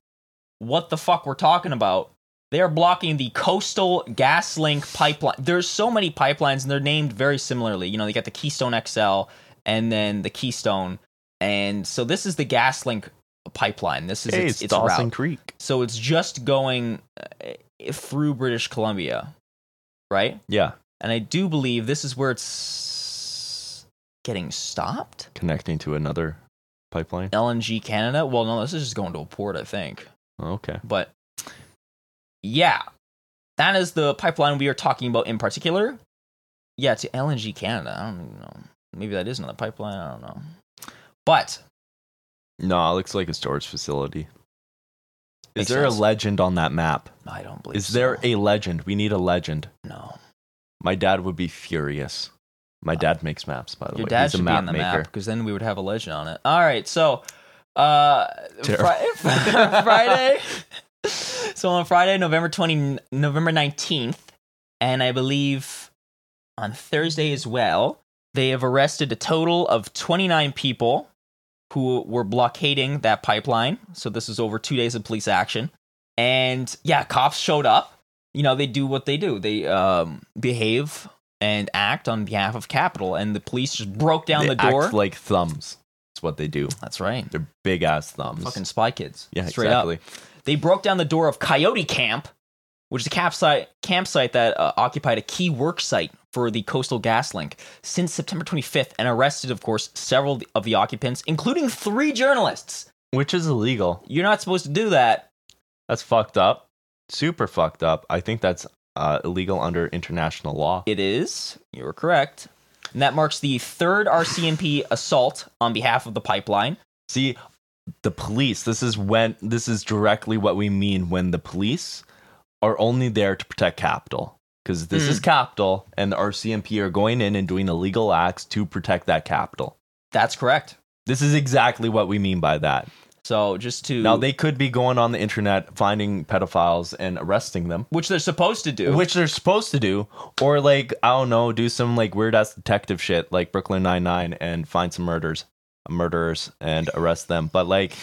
what the fuck we're talking about, they are blocking the Coastal Gas Link pipeline. There's so many pipelines and they're named very similarly. You know, they got the Keystone XL and then the Keystone. And so this is the Gas Link pipeline. This is Hey, its, it's, its Dawson route. Creek. So it's just going uh, through British Columbia, right? Yeah, And I do believe this is where it's getting stopped. connecting to another pipeline. Oh, LNG Canada. Well, no, this is just going to a port, I think. Okay, But Yeah. That is the pipeline we are talking about in particular. Yeah, to LNG Canada. I don't even know. Maybe that is another pipeline. I don't know. But No, it looks like a storage facility. Is Makes there sense. a legend on that map? I don't believe Is there so. a legend? We need a legend. No. My dad would be furious. My dad makes maps, by the Your way. dad He's a should map be on the maker. map because then we would have a legend on it. All right, so uh, Fri [LAUGHS] Terrible. Friday. so on Friday, November twenty, November nineteenth, and I believe on Thursday as well, they have arrested a total of twenty nine people who were blockading that pipeline. So this is over two days of police action, and yeah, cops showed up. You know, they do what they do. They um, behave and act on behalf of capital, and the police just broke down They the door. act like thumbs. That's what they do. That's right. They're big ass thumbs. Fucking spy kids. yeah, straight up. exactly. They broke down the door of Coyote Camp, which is a campsite, campsite that uh, occupied a key work site for the Coastal Gas Link since September 25th and arrested, of course, several of the occupants, including three journalists. Which is illegal. You're not supposed to do that. That's fucked up. Super fucked up. I think that's uh, illegal under international law. It is. You're correct. And that marks the third RCMP assault on behalf of the pipeline. See, the police, this is when this is directly what we mean when the police are only there to protect capital. Because this is capital and the RCMP are going in and doing illegal acts to protect that capital. That's correct. This is exactly what we mean by that. So just to Now they could be going on the internet finding pedophiles and arresting them. which they're supposed to do. Which they're supposed to do, or like I don't know, do some like weird ass detective shit like Brooklyn Nine Nine and find some murders, murderers and arrest them. But like,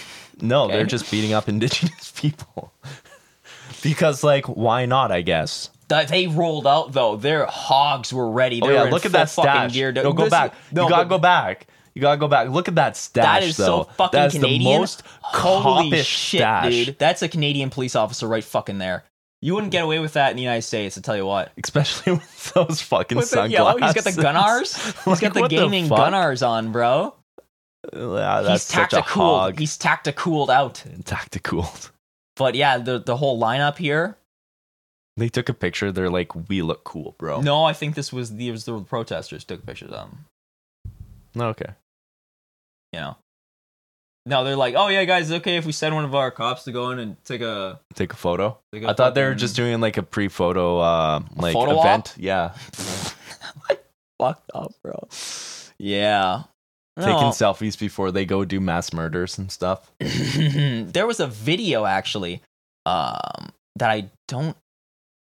no, Okay. they're just beating up indigenous [LAUGHS] people because like why not? I guess. that they rolled out though. Their hogs were ready. They Oh yeah, were in look at full that fucking stash. gear. No, go This- back. No, you gotta but go back. You gotta go back. Look at that stash. That is so though. fucking That's Canadian. The most Holy copish shit, stash. dude. That's a Canadian police officer right fucking there. You wouldn't get away with that in the United States. I tell you what. Especially [LAUGHS] with those fucking What's that sunglasses. yellow? He's got the [LAUGHS] gunnars. He's Like, got the what the gaming fuck? gunnars on, bro. Yeah, that's He's such a tactical. hog. He's tactical out. tactical. But yeah, the the whole lineup here. They took a picture. They're like, we look cool, bro. No, I think this was the, it was the protesters took pictures of them. No, okay. You know. No, they're like, oh yeah, guys, it's okay if we send one of our cops to go in and take a. Take a photo. Take a I thought they were fucking- just doing like a pre-photo, uh, like photo op? event. Yeah, fucked up, bro. Yeah. taking No. selfies before they go do mass murders and stuff. [LAUGHS] there was a video actually um, that I don't.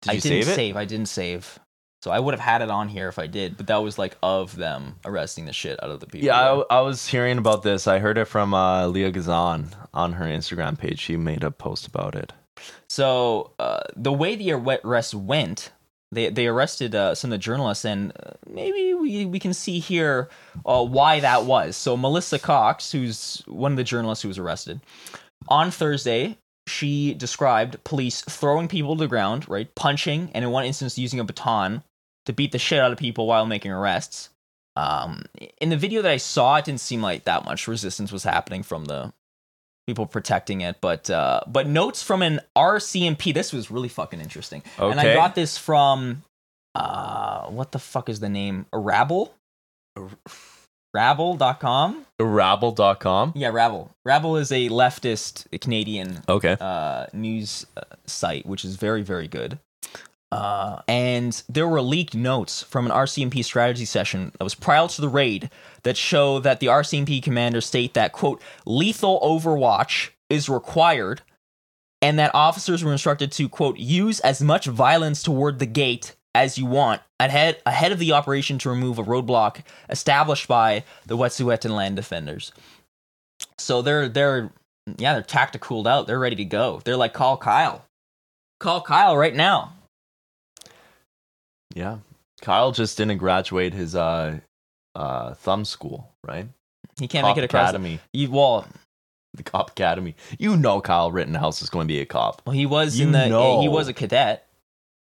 Did I you didn't save it? I didn't save. So I would have had it on here if I did, but that was like of them arresting the shit out of the people. Yeah, I, I was hearing about this. I heard it from uh, Leah Gazan on her Instagram page. She made a post about it. So uh, the way the arrest went, they they arrested uh, some of the journalists, and uh, maybe we we can see here uh, why that was. So Melissa Cox, who's one of the journalists who was arrested on Thursday, she described police throwing people to the ground, right, punching, and in one instance using a baton to beat the shit out of people while making arrests. Um, in the video that I saw, it didn't seem like that much resistance was happening from the people protecting it. But uh, but notes from an RCMP. This was really fucking interesting. Okay, And I got this from uh, what the fuck is the name? Rabble. Rabble.com. rabble.com. Yeah, Rabble. Rabble is a leftist Canadian Okay, [LAUGHS] uh, news uh, site, which is very, very good. Uh, and there were leaked notes from an RCMP strategy session that was prior to the raid that show that the RCMP commander state that, quote, lethal overwatch is required and that officers were instructed to, quote, use as much violence toward the gate as you want ahead, ahead of the operation to remove a roadblock established by the Wet'suwet'en land defenders. So they're, they're yeah, they're tacticaled out. They're ready to go. They're like, call Kyle. Call Kyle right now. yeah. Kyle just didn't graduate his uh, uh, thumb school, right? He can't Cop make it across. The, academy. you, well, the cop academy. You know Kyle Rittenhouse is going to be a cop. well, he was You in the. know. he was a cadet.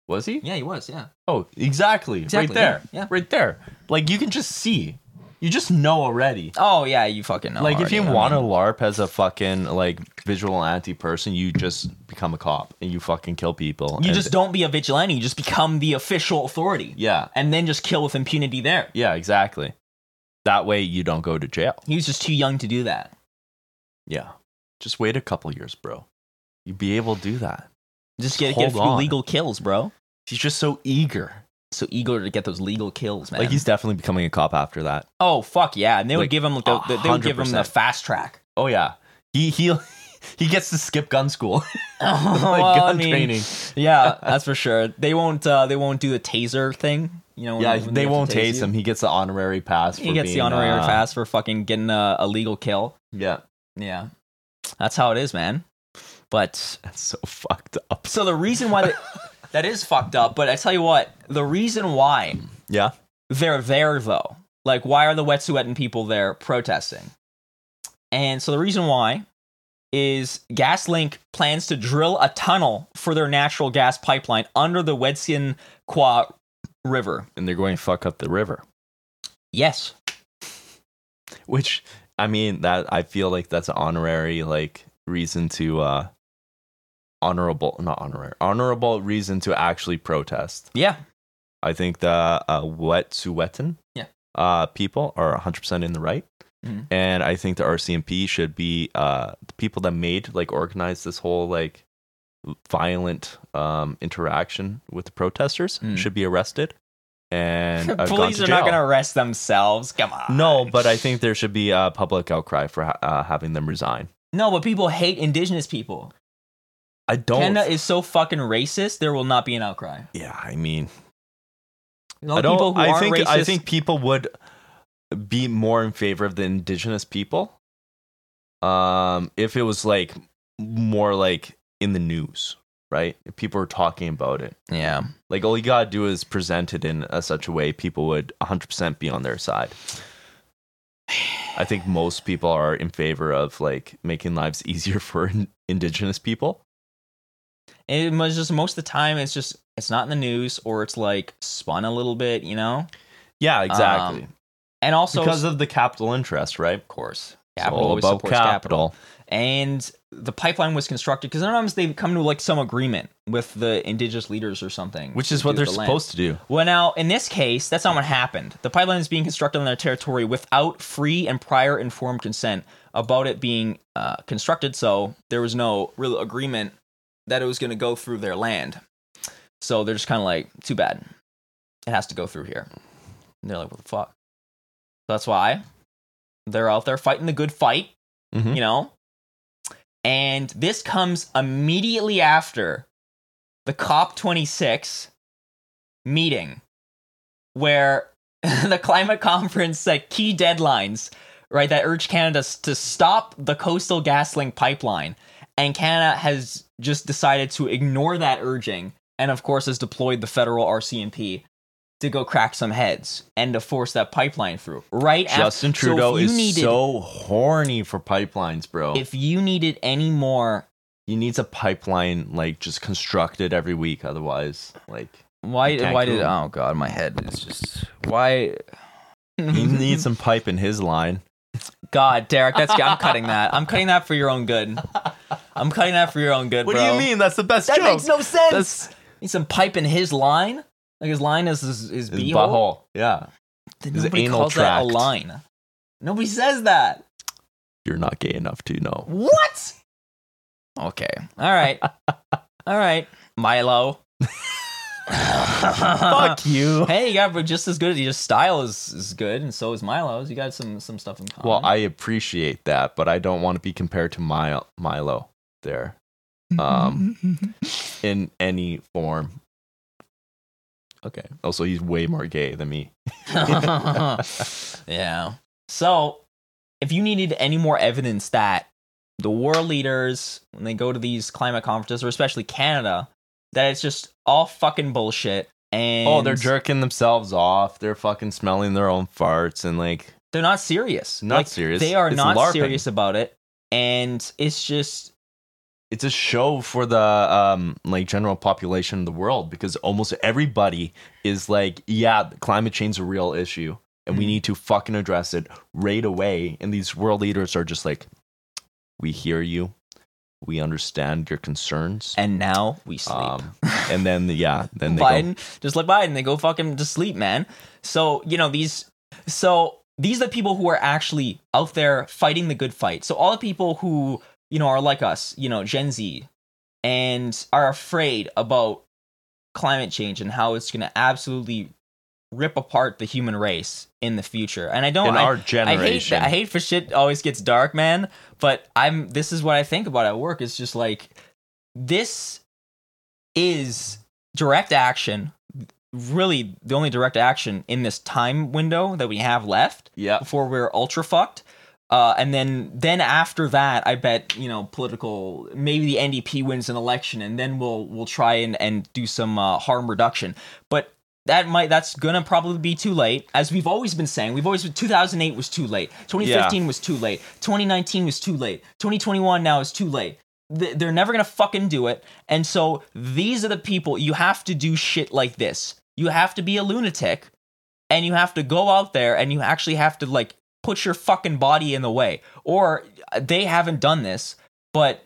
Was he? Yeah, he was. Yeah, Oh, exactly. Exactly, Right there. yeah, yeah. Right there. Like you can just see. You just know already. Oh yeah, you fucking know. like if you already. I want to mean, LARP as a fucking like vigilante person, you just become a cop and you fucking kill people. you and- just don't be a vigilante. You just become the official authority, yeah, and then just kill with impunity. There, yeah, exactly. That way you don't go to jail. he was just too young to do that. Yeah, just wait a couple years, bro. You'd be able to do that. Just Just get, get a hold few on. legal kills, bro. He's just so eager. So eager to get those legal kills, man. Like he's definitely becoming a cop after that. oh fuck yeah, and they would Like, give him the, the they would give him the 100%. fast [LAUGHS] track. [LAUGHS] Oh yeah, he he [LAUGHS] he gets to skip gun school, [LAUGHS] [LAUGHS] Oh, like well, I gun mean, training. Yeah, that's for sure. They won't. Uh, they won't do the taser thing. You know. when- Yeah, oh, when they have to won't tase you. him. He gets the honorary pass. He for gets the being, honorary uh, pass for fucking getting a, a legal kill. Yeah, Yeah, that's how it is, man. But that's so [LAUGHS] fucked up. so the reason [LAUGHS] why that, that is fucked up. But I tell you what, the reason why Yeah, they're there though. Like, why are the Wet'suwet'en people there protesting? And so the reason why is GasLink plans to drill a tunnel for their natural gas pipeline under the Wet'suwet'en River. and they're going to fuck up the river. Yes, Which I mean, that I feel like that's an honorary like reason to uh honorable, not honorary, honorable reason to actually protest. yeah, I think the uh, Wet'suwet'en Yeah. uh, people are 100 percent in the right, Mhm. and I think the RCMP should be uh the people that made like organized this whole like violent um interaction with the protesters Mm. should be arrested [LAUGHS] and uh, gone police to are not jail. going to arrest themselves. Come on. No, but I think there should be a public outcry for ha- uh, having them resign. no, but people hate indigenous people. I don't. Canada is so fucking racist. There will not be an outcry. yeah, I mean, All I the people don't. who I aren't think racist. I think people would be more in favor of the indigenous people, um, if it was like more like in the news, right? If people were talking about it, yeah. like all you gotta do is present it in a, such a way people would 100% be on their side. I think most people are in favor of like making lives [LAUGHS] easier for in- indigenous people. It was just most of the time it's just it's not in the news or it's like spun a little bit, you know. Yeah, exactly. And also, because of the capital interest, right? Um, of course, It's capital all always about supports capital. capital. And the pipeline was constructed because sometimes they come to like some agreement with the indigenous leaders or something, which to is what do they're the land. supposed to do. Well, now in this case, that's not what happened. The pipeline is being constructed on their territory without free and prior informed consent about it being uh, constructed, so there was no real agreement that it was going to go through their land. So they're just kind of like, too bad, it has to go through here. And they're like, what the fuck? That's why they're out there fighting the good fight, Mhm. you know. And this comes immediately after the COP 26 meeting where [LAUGHS] the climate conference set key deadlines, right, that urge Canada s- to stop the coastal gas link pipeline. And Canada has just decided to ignore that urging and, of course, has deployed the federal RCMP to go crack some heads and to force that pipeline through. Right af- So Justin if Trudeau you is needed- so horny for pipelines, bro. If you needed any more, he needs a pipeline like just constructed every week, otherwise, [LAUGHS] like why? You can't Why did? go. Oh god, my head is just [LAUGHS] why. he needs some pipe in his line. God, Derek, that's I'm cutting that. I'm cutting that for your own good. I'm cutting that for your own good, What bro. do you mean? That's the best That joke. makes no sense. That's Need some pipe in his line. Like his line is his, his, his beehole. butthole. Yeah, Then His Nobody anal calls that a tract. line. Nobody says that. you're not gay enough to know. What? Okay. All right. All right. Milo. [LAUGHS] [LAUGHS] [LAUGHS] Fuck you. Hey, you got but just as good. Your style is, is good, and so is Milo's. You got some some stuff in common. [LAUGHS] Well, I appreciate that, but I don't want to be compared to Mil- Milo there um, in any form. Okay. Also, he's way more gay than me. [LAUGHS] yeah. So, if you needed any more evidence that the world leaders, when they go to these climate conferences, or especially Canada, that it's just all fucking bullshit and oh, they're jerking themselves off. They're fucking smelling their own farts and like they're not serious. Not Like, serious. They are It's not LARPing. serious about it, and it's just it's a show for the um like general population of the world because almost everybody is like, yeah, climate change's a real issue. and Mm-hmm. we need to fucking address it right away. And these world leaders are just like, we hear you, we understand your concerns. And now we sleep. Um, and then yeah, then they go, Biden, just like Biden, they go fucking to sleep, man. So you know these, so these are the people who are actually out there fighting the good fight. So all the people who you know are like us, you know, Gen Z, and are afraid about climate change and how it's going to absolutely rip apart the human race in the future. And I don't, in I, our I hate generation. that. I hate for shit always gets dark, man. But I'm. This is what I think about at work. It's just like this is direct action. Really, the only direct action in this time window that we have left yeah, before we're ultra fucked. Uh, and then, then after that, I bet you know political. Maybe the NDP wins an election, and then we'll we'll try and and do some uh, harm reduction. But that might that's gonna probably be too late, as we've always been saying. We've always been 2008 was too late, 2015 was too late, 2019 was too late, 2021 now is too late. Th- They're never gonna fucking do it. And so these are the people you have to do shit like this. You have to be a lunatic and you have to go out there and you actually have to like put your fucking body in the way or uh, they haven't done this but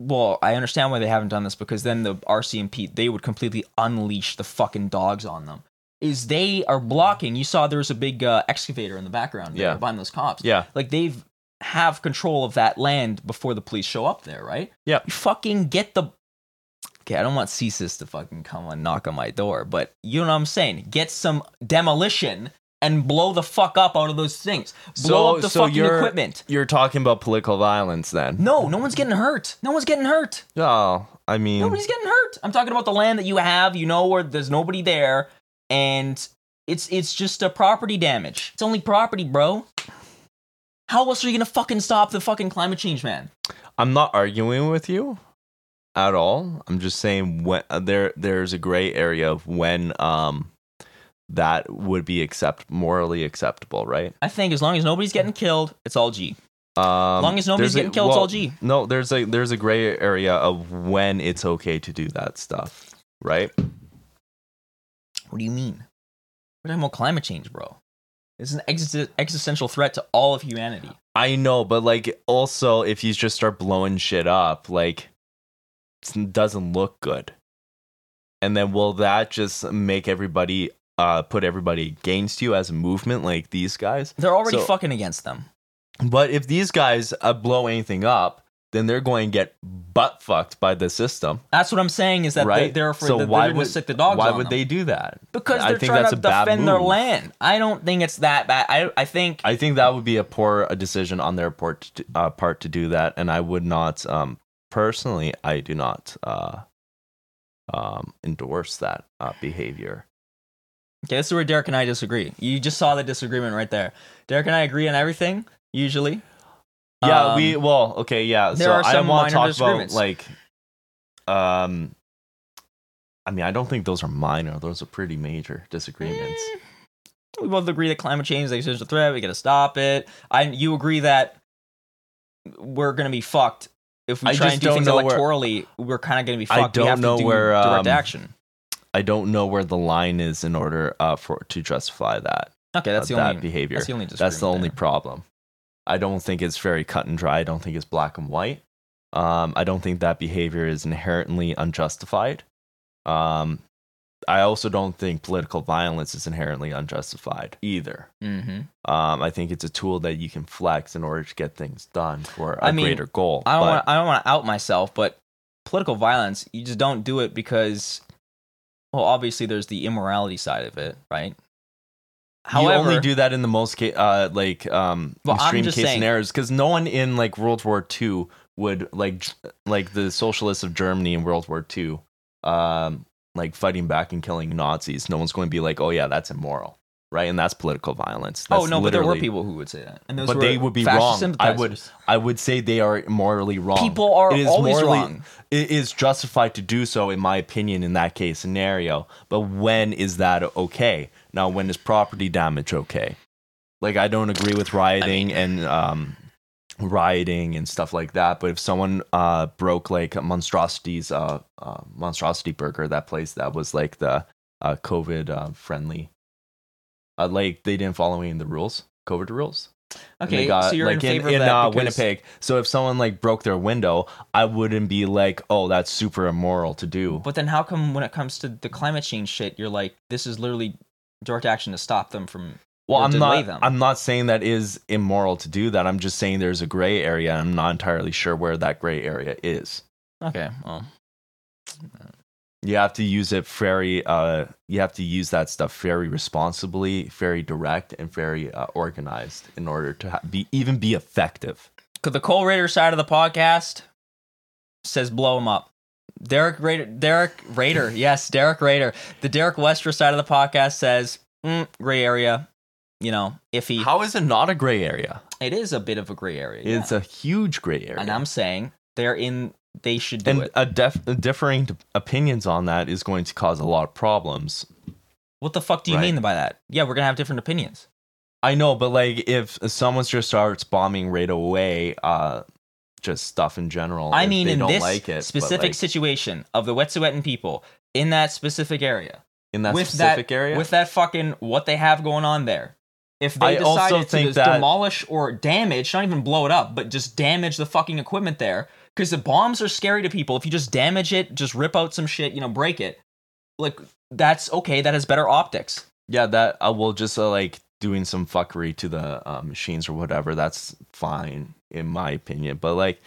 well i understand why they haven't done this because then the rcmp they would completely unleash the fucking dogs on them is they are blocking you saw there was a big uh, excavator in the background there Yeah. behind those cops yeah, like they've have control of that land before the police show up there, right? Yeah. You fucking get the Okay, I don't want CSIS to fucking come and knock on my door, but you know what I'm saying? Get some demolition and blow the fuck up out of those things. Blow So- up the so fucking you're- equipment. you're talking about political violence then. No, no one's getting hurt. No one's getting hurt. Oh, I mean, Nobody's getting hurt. I'm talking about the land that you have, you know, where there's nobody there, and it's it's just a property damage. It's only property, bro. How else are you gonna fucking stop the fucking climate change, man? I'm not arguing with you at all. I'm just saying when uh, there there's a gray area of when um that would be accept morally acceptable, right? I think as long as nobody's getting killed, it's all G. Um, long as nobody's there's a- getting killed, it's well, all G. No, there's a there's a gray area of when it's okay to do that stuff, right? What do you mean? We're talking about climate change, bro. It's an exi- existential threat to all of humanity. I know, but like also if you just start blowing shit up, like it doesn't look good. And then will that just make everybody uh put everybody against you as a movement like these guys? They're already So- fucking against them. But if these guys uh, blow anything up, then they're going to get butt fucked by the system. That's what I'm saying is that Right? they- they're afraid So that why they're going would- to stick the dogs Why on would them. they do that? Because I they're think trying that's to a bad defend their move. land. I don't think it's that bad. I, I think I think that would be a poor uh, decision on their part to, uh, part to do that, and I would not um, personally. I do not uh, um, endorse that uh, behavior. Okay, this is where Derek and I disagree. You just saw the disagreement right there. Derek and I agree on everything usually. Yeah, Um, we well, okay, yeah. there so are I some want minor to talk about disagreements. like, um, I mean, I don't think those are minor; those are pretty major disagreements. Eh. we both agree that climate change is an existential threat. We got to stop it. I you agree that we're gonna be fucked if we I try just and do don't things know where- electorally. we're kind of gonna be I fucked. we don't have know to do where, direct um, action. I don't know where the line is in order uh, for to justify that uh, Okay, that's the that only behavior. that's the only That's the disagreement only there. problem. I don't think it's very cut and dry. I don't think it's black and white. Um, I don't think that behavior is inherently unjustified. Um, I also don't think political violence is inherently unjustified either. Mhm. Um, I think it's a tool that you can flex in order to get things done for a I mean, greater goal. I don't But want I don't want to out myself, but political violence you just don't do it because well obviously there's the immorality side of it, right? you only do that in the most ca- uh, like um, Well, I'm extreme case just saying- scenarios because no one in like World War II would like j- like the socialists of Germany in World War II, um, like fighting back and killing Nazis. No one's going to be like, oh yeah, that's immoral, right? And that's political violence. That's oh no, but there were literally- people who would say that, and those But were they would be fascist wrong. I would, sympathizers. I would say they are morally wrong. People are It is always morally- wrong. It is justified to do so, in my opinion, in that case scenario. But when is that okay? Now, when is property damage okay? Like, I don't agree with rioting and um, rioting and stuff like that. But if someone uh, broke like monstrosities, uh, uh, monstrosity burger, that place that was like the uh, COVID uh, friendly uh, like they didn't follow any of the rules, COVID rules. And they Okay, got, so you're like, in favor in, of that uh, because- Winnipeg. So if someone like broke their window, I wouldn't be like, "Oh, that's super immoral to do." But then how come when it comes to the climate change shit, you're like, this is literally direct action to stop them from Well, or I'm delay not. them. I'm not saying that is immoral to do that. I'm just saying there's a gray area. and I'm not entirely sure where that gray area is. Okay. Well, You have to use it very. Uh, you have to use that stuff very responsibly, very direct, and very uh, organized in order to ha- be even be effective. could the Cole Raider side of the podcast says blow him up. Derek Raider, Derek [LAUGHS] Raider, yes, Derek Raider. The Derek Wester side of the podcast says mm, gray area. You know, iffy. How is it not a gray area? it is a bit of a gray area. It's a huge gray area. and I'm saying they're in. They should do and it. a def- differing d- opinions on that is going to cause a lot of problems. What the fuck do you Right. mean by that? Yeah, we're gonna have different opinions. I know, but like if someone just starts bombing right away, uh, just stuff in general. I if mean, they in don't this like it, but, specific like, situation of the Wet'suwet'en people in that specific area, in that with that- specific area, with that fucking what they have going on there. If they I also decided to think just that- demolish or damage, not even blow it up, but just damage the fucking equipment there, because the bombs are scary to people. If you just damage it, just rip out some shit, you know, break it. Like that's okay. That has better optics. yeah, that uh, well, just uh, like doing some fuckery to the uh, machines or whatever. That's fine in my opinion, but like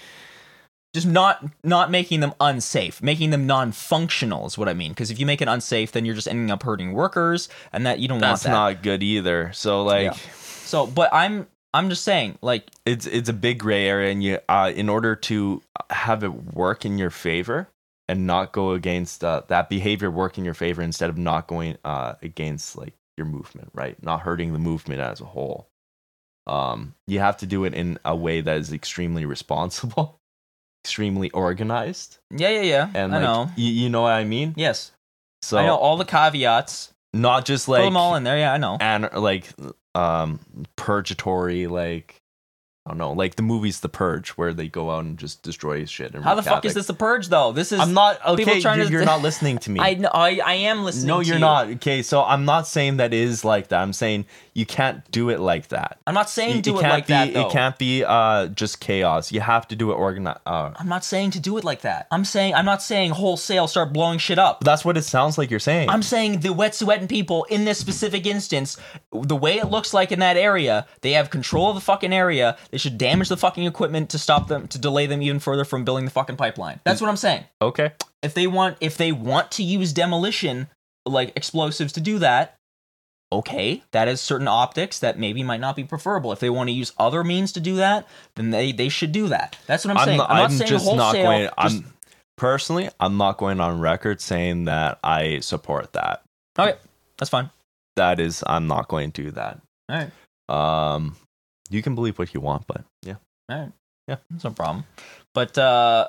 Just not not making them unsafe, making them non-functional is what I mean. Because if you make it unsafe, then you're just ending up hurting workers, and that you don't want that's that. not good either. So like. Yeah. So, but I'm I'm just saying, like, it's it's a big gray area and you uh, in order to have it work in your favor and not go against uh, that behavior work in your favor instead of not going uh, against like your movement right not hurting the movement as a whole um, you have to do it in a way that is extremely responsible [LAUGHS] extremely organized yeah, yeah, yeah. and I like know. You, you know what i mean Yes, so I know all the caveats. not just Put like them all in there. Yeah, I know. and like um purgatory like I don't know, like the movies The Purge, where they go out and just destroy shit. And How the wreak fuck is havoc. this the purge though? This is I'm not people okay. trying You're, to- [LAUGHS] you're not listening to me. I kn- I I am listening. no, to you're you. not. Okay, so I'm not saying that is like that. I'm saying you can't do it like that. I'm not saying You- do it it, can't like be. that though. It can't be uh just chaos. You have to do it organized. Uh, I'm not saying to do it like that. I'm saying I'm not saying wholesale start blowing shit up. but that's what it sounds like you're saying. I'm saying the Wet'suwet'en people in this specific instance, the way it looks like in that area, they have control of the fucking area. They should damage the fucking equipment to stop them to delay them even further from building the fucking pipeline. That's what I'm saying. okay. if they want if they want to use demolition like explosives to do that okay that is certain optics that maybe might not be preferable if they want to use other means to do that then they they should do that that's what i'm, saying not- i'm not saying wholesale going. just- I'm personally, I'm not going on record saying that I support that. okay that's fine That is, I'm not going to do that. all right Um, you can believe what you want, but yeah, all right Hmm. Yeah. that's no problem but uh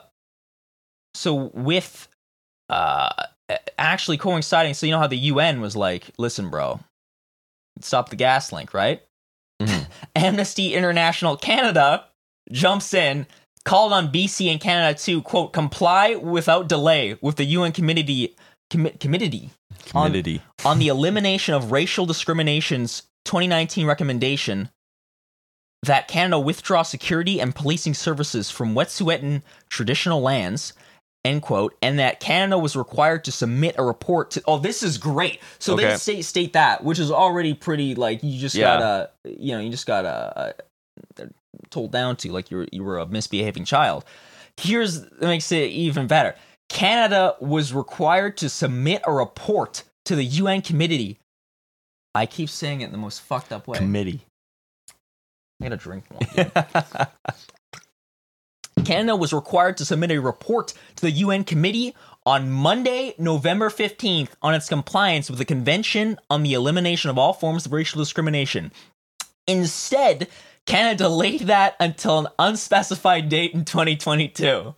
so with uh a- actually coinciding so you know how the un was like listen bro stop the gas link right Mhm. Mm-hmm. [LAUGHS] amnesty international canada jumps in called on bc and canada to quote comply without delay with the un committee commi- committee On- community. on the elimination of racial discrimination's 2019 recommendation that Canada withdraw security and policing services from Wet'suwet'en traditional lands, end quote, and that Canada was required to submit a report to. Oh, this is great. So they Okay. state, state that, which is already pretty. Like you just Yeah. gotta, you know, you just gotta uh, told down to, like you were, you were a misbehaving child. Here's that makes it even better. Canada was required to submit a report to the UN committee. I keep saying it in the most fucked up way. committee. I'm gonna drink one. Canada was required to submit a report to the UN committee on Monday, November 15th, on its compliance with the Convention on the Elimination of All Forms of Racial Discrimination. Instead, Canada delayed that until an unspecified date in 2022.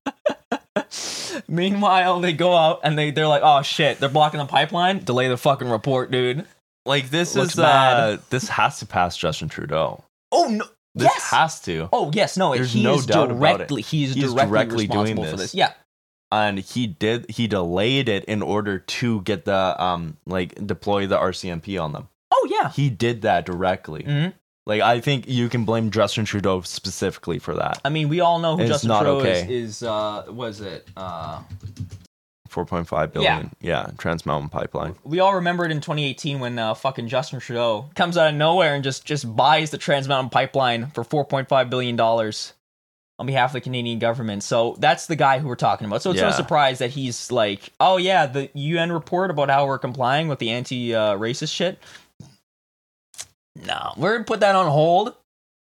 [LAUGHS] Meanwhile, they go out and they, they're like, oh shit, they're blocking the pipeline. Delay the fucking report, dude. like this Looks is uh, [LAUGHS] this has to pass Justin Trudeau. Oh, no. This yes. has to. Oh yes, no, There's he no is doubt about it. directly he is He is directly, directly doing responsible for this. this. Yeah. and he did he delayed it in order to get the um like deploy the RCMP on them. Oh yeah. He did that directly. hmm Like I think you can blame Justin Trudeau specifically for that. I mean, we all know who It's Justin not Trudeau okay. is. is uh, was it? Uh, 4.5 billion. Yeah, Trans Mountain Pipeline. we all remember it in 2018 when uh, fucking Justin Trudeau comes out of nowhere and just just buys the Trans Mountain Pipeline for 4.5 billion dollars on behalf of the Canadian government. So that's the guy who we're talking about. So it's no Yeah. surprise that he's like, oh yeah, the UN report about how we're complying with the anti-racist shit. No, we're gonna put that on hold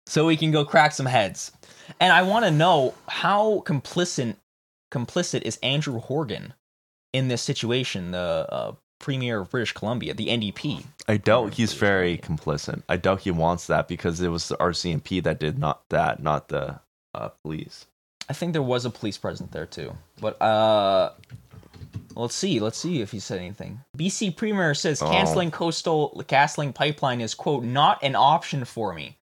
so we can go crack some heads. And I want to know how complicit complicit is Andrew Horgan in this situation, the uh, premier of British Columbia, the NDP. I doubt he's very complicit. I doubt he wants that because it was the RCMP that did not that, not the uh, police. I think there was a police present there too. But uh let's see, let's see if he said anything. BC Premier says Oh. canceling coastal castling pipeline is quote not an option for me.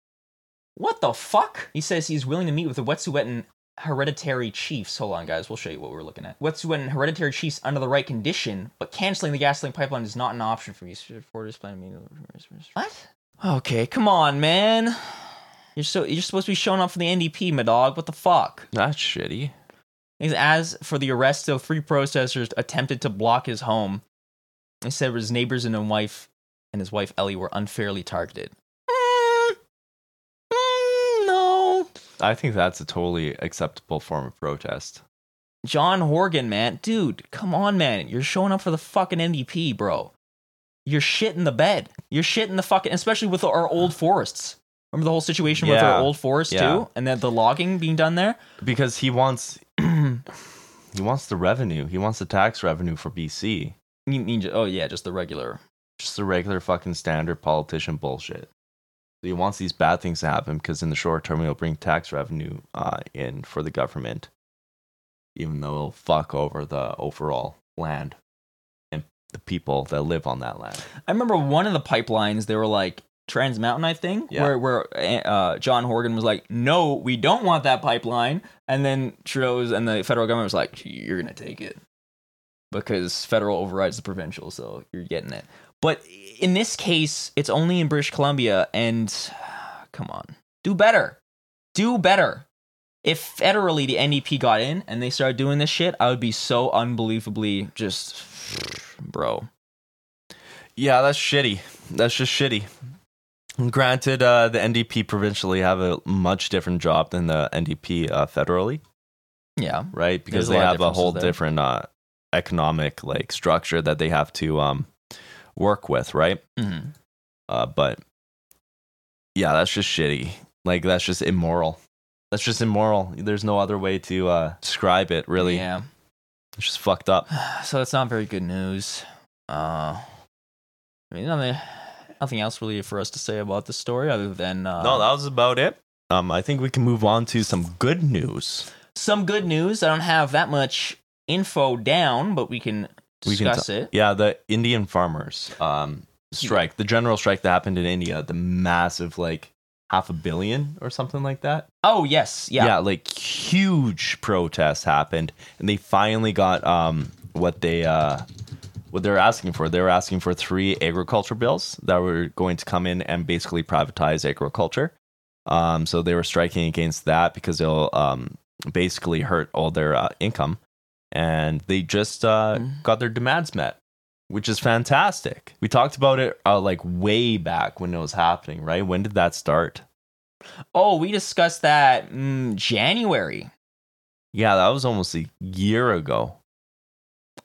What the fuck? He says he's willing to meet with the Wet'suwet'en hereditary chiefs. Hold on guys, we'll show you what we're looking at. Wet'suwet'en hereditary chiefs under the right condition, but canceling the gas link pipeline is not an option for me. Supporters plan to meet with- What? Okay, come on, man. You're so you're supposed to be showing up for the NDP, my dog. What the fuck? That's shitty. He says, As for the arrest of three protesters attempted to block his home, he said his neighbors and his wife and his wife Ellie were unfairly targeted. Mm, mm, no. I think that's a totally acceptable form of protest. John Horgan, man, dude, come on, man. You're showing up for the fucking NDP, bro. You're shit in the bed. You're shit in the fucking, especially with our old forests. Remember the whole situation with Yeah. our old forest Yeah. too, and then the logging being done there. [CLEARS THROAT] because he wants he wants the revenue. He wants the tax revenue for BC. You mean, oh yeah, just the regular Just the regular fucking standard politician bullshit. He wants these bad things to happen because in the short term it'll bring tax revenue uh, in for the government, even though it'll fuck over the overall land and the people that live on that land. I remember one of the pipelines. They were like Trans Mountain, I think, Yeah. where where uh, John Horgan was like, "No, we don't want that pipeline." And then Trudeau's and the federal government was like, "You're gonna take it because federal overrides the provincial, so you're getting it." But in this case, it's only in British Columbia, and [SIGHS] come on, do better, do better. If federally the NDP got in and they started doing this shit, I would be so unbelievably just, [SIGHS] bro. Yeah, that's shitty. That's just shitty. Granted, uh, the NDP provincially have a much different job than the NDP uh, federally. Yeah. right? Because There's a they lot of have a differences whole there. different uh, economic like structure that they have to um, work with, right? Mm-hmm. Uh, but yeah, that's just shitty. Like that's just immoral. That's just immoral. There's no other way to uh, describe it. Really, Yeah. it's just fucked [SIGHS] up. So that's not very good news. Uh, I mean, nothing, nothing else really for us to say about this story other than uh, no, that was about it. Um, I think we can move on to some good news. some good news. I don't have that much info down, but we can We can discuss it. Yeah, the Indian farmers um, strike, the general strike that happened in India, the massive like half a billion or something like that. Oh yes, yeah. yeah. like huge protests happened and they finally got um what they uh what they were asking for they were asking for three agriculture bills that were going to come in and basically privatize agriculture um so they were striking against that because it'll um basically hurt all their uh, income and they just uh Mm. got their demands met which is fantastic we talked about it uh, like way back when it was happening right when did that start Oh, we discussed that mm, January. yeah that was almost a year ago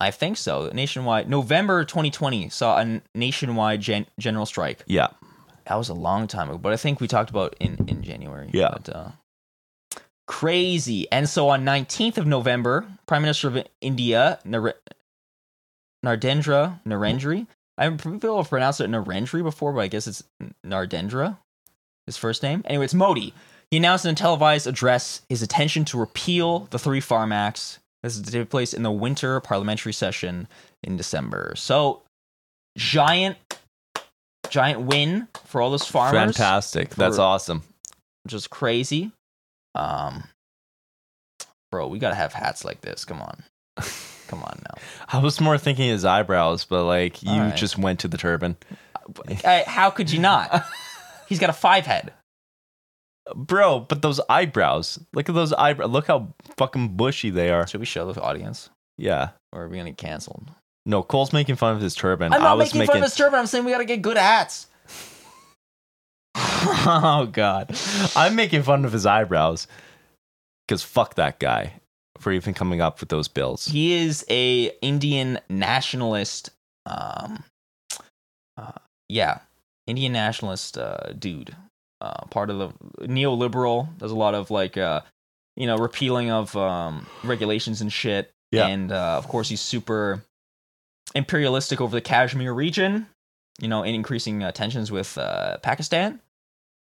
I think so. Nationwide, November 2020 saw a n- nationwide gen- general strike. Yeah. that was a long time ago, but I think we talked about in in January. Yeah. But, uh, crazy. And so on 19th of November, Prime Minister of India Nar- Nardendra Narendri. I haven't people have pronounced it Narendri before, but I guess it's Nardendra. His first name. Anyway, it's Modi. He announced in a televised address his intention to repeal the three farm acts. This is to take place in the winter parliamentary session in December. So, giant, giant win for all those farmers Fantastic. That's for- awesome. just crazy. Um, bro, we gotta have hats like this. Come on, Come on now. I was more thinking his eyebrows, but like you Alright. just went to the turban. Uh, how could you not? He's got a five head. Bro, but those eyebrows. Look at those eyebrows. Look how fucking bushy they are. Should we show the audience, Yeah. or are we gonna get canceled? No, Cole's making fun of his turban. I'm I not was making, making, fun of his turban. I'm saying we gotta get good [LAUGHS] hats. oh god. [LAUGHS] I'm making fun of his eyebrows. Cause fuck that guy for even coming up with those bills. He is a Indian nationalist. Um, uh, yeah, Indian nationalist uh, dude. Uh, part of the neoliberal. There's a lot of like, uh, you know, repealing of um, regulations and shit. Yeah. And uh, of course, he's super imperialistic over the Kashmir region. You know, and increasing uh, tensions with uh, Pakistan.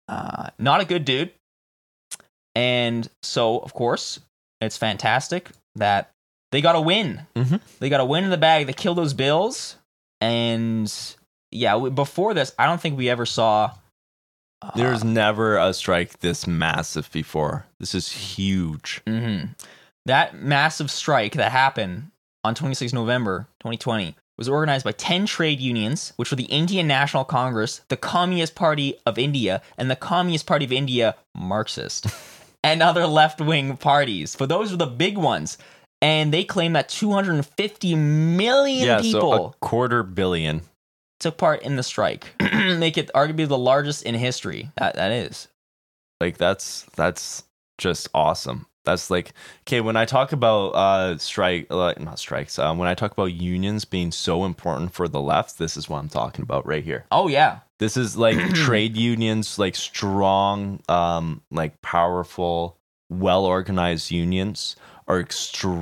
Uh, not a good dude. And so, of course, it's fantastic that they got a win. Mhm. They got a win in the bag. They killed those Bills. And yeah, w- before this, I don't think we ever saw. Uh, There's never a strike this massive before. This is huge. mhm. that massive strike that happened on 26 November 2020 was organized by 10 trade unions, which were the Indian National Congress, the Communist Party of India, and the Communist Party of India Marxist, [LAUGHS] and other left wing parties. But those were the big ones. And they claim that 250 million yeah, people. so uh, a quarter billion. took part in the strike, [CLEARS THROAT] make it arguably the largest in history. That, that is. like that's that's just awesome that's like okay when i talk about uh strike uh, not strikes um, when i talk about unions being so important for the left this is what i'm talking about right here Oh yeah, [CLEARS THROAT] this is like trade unions like strong um like powerful well organized unions are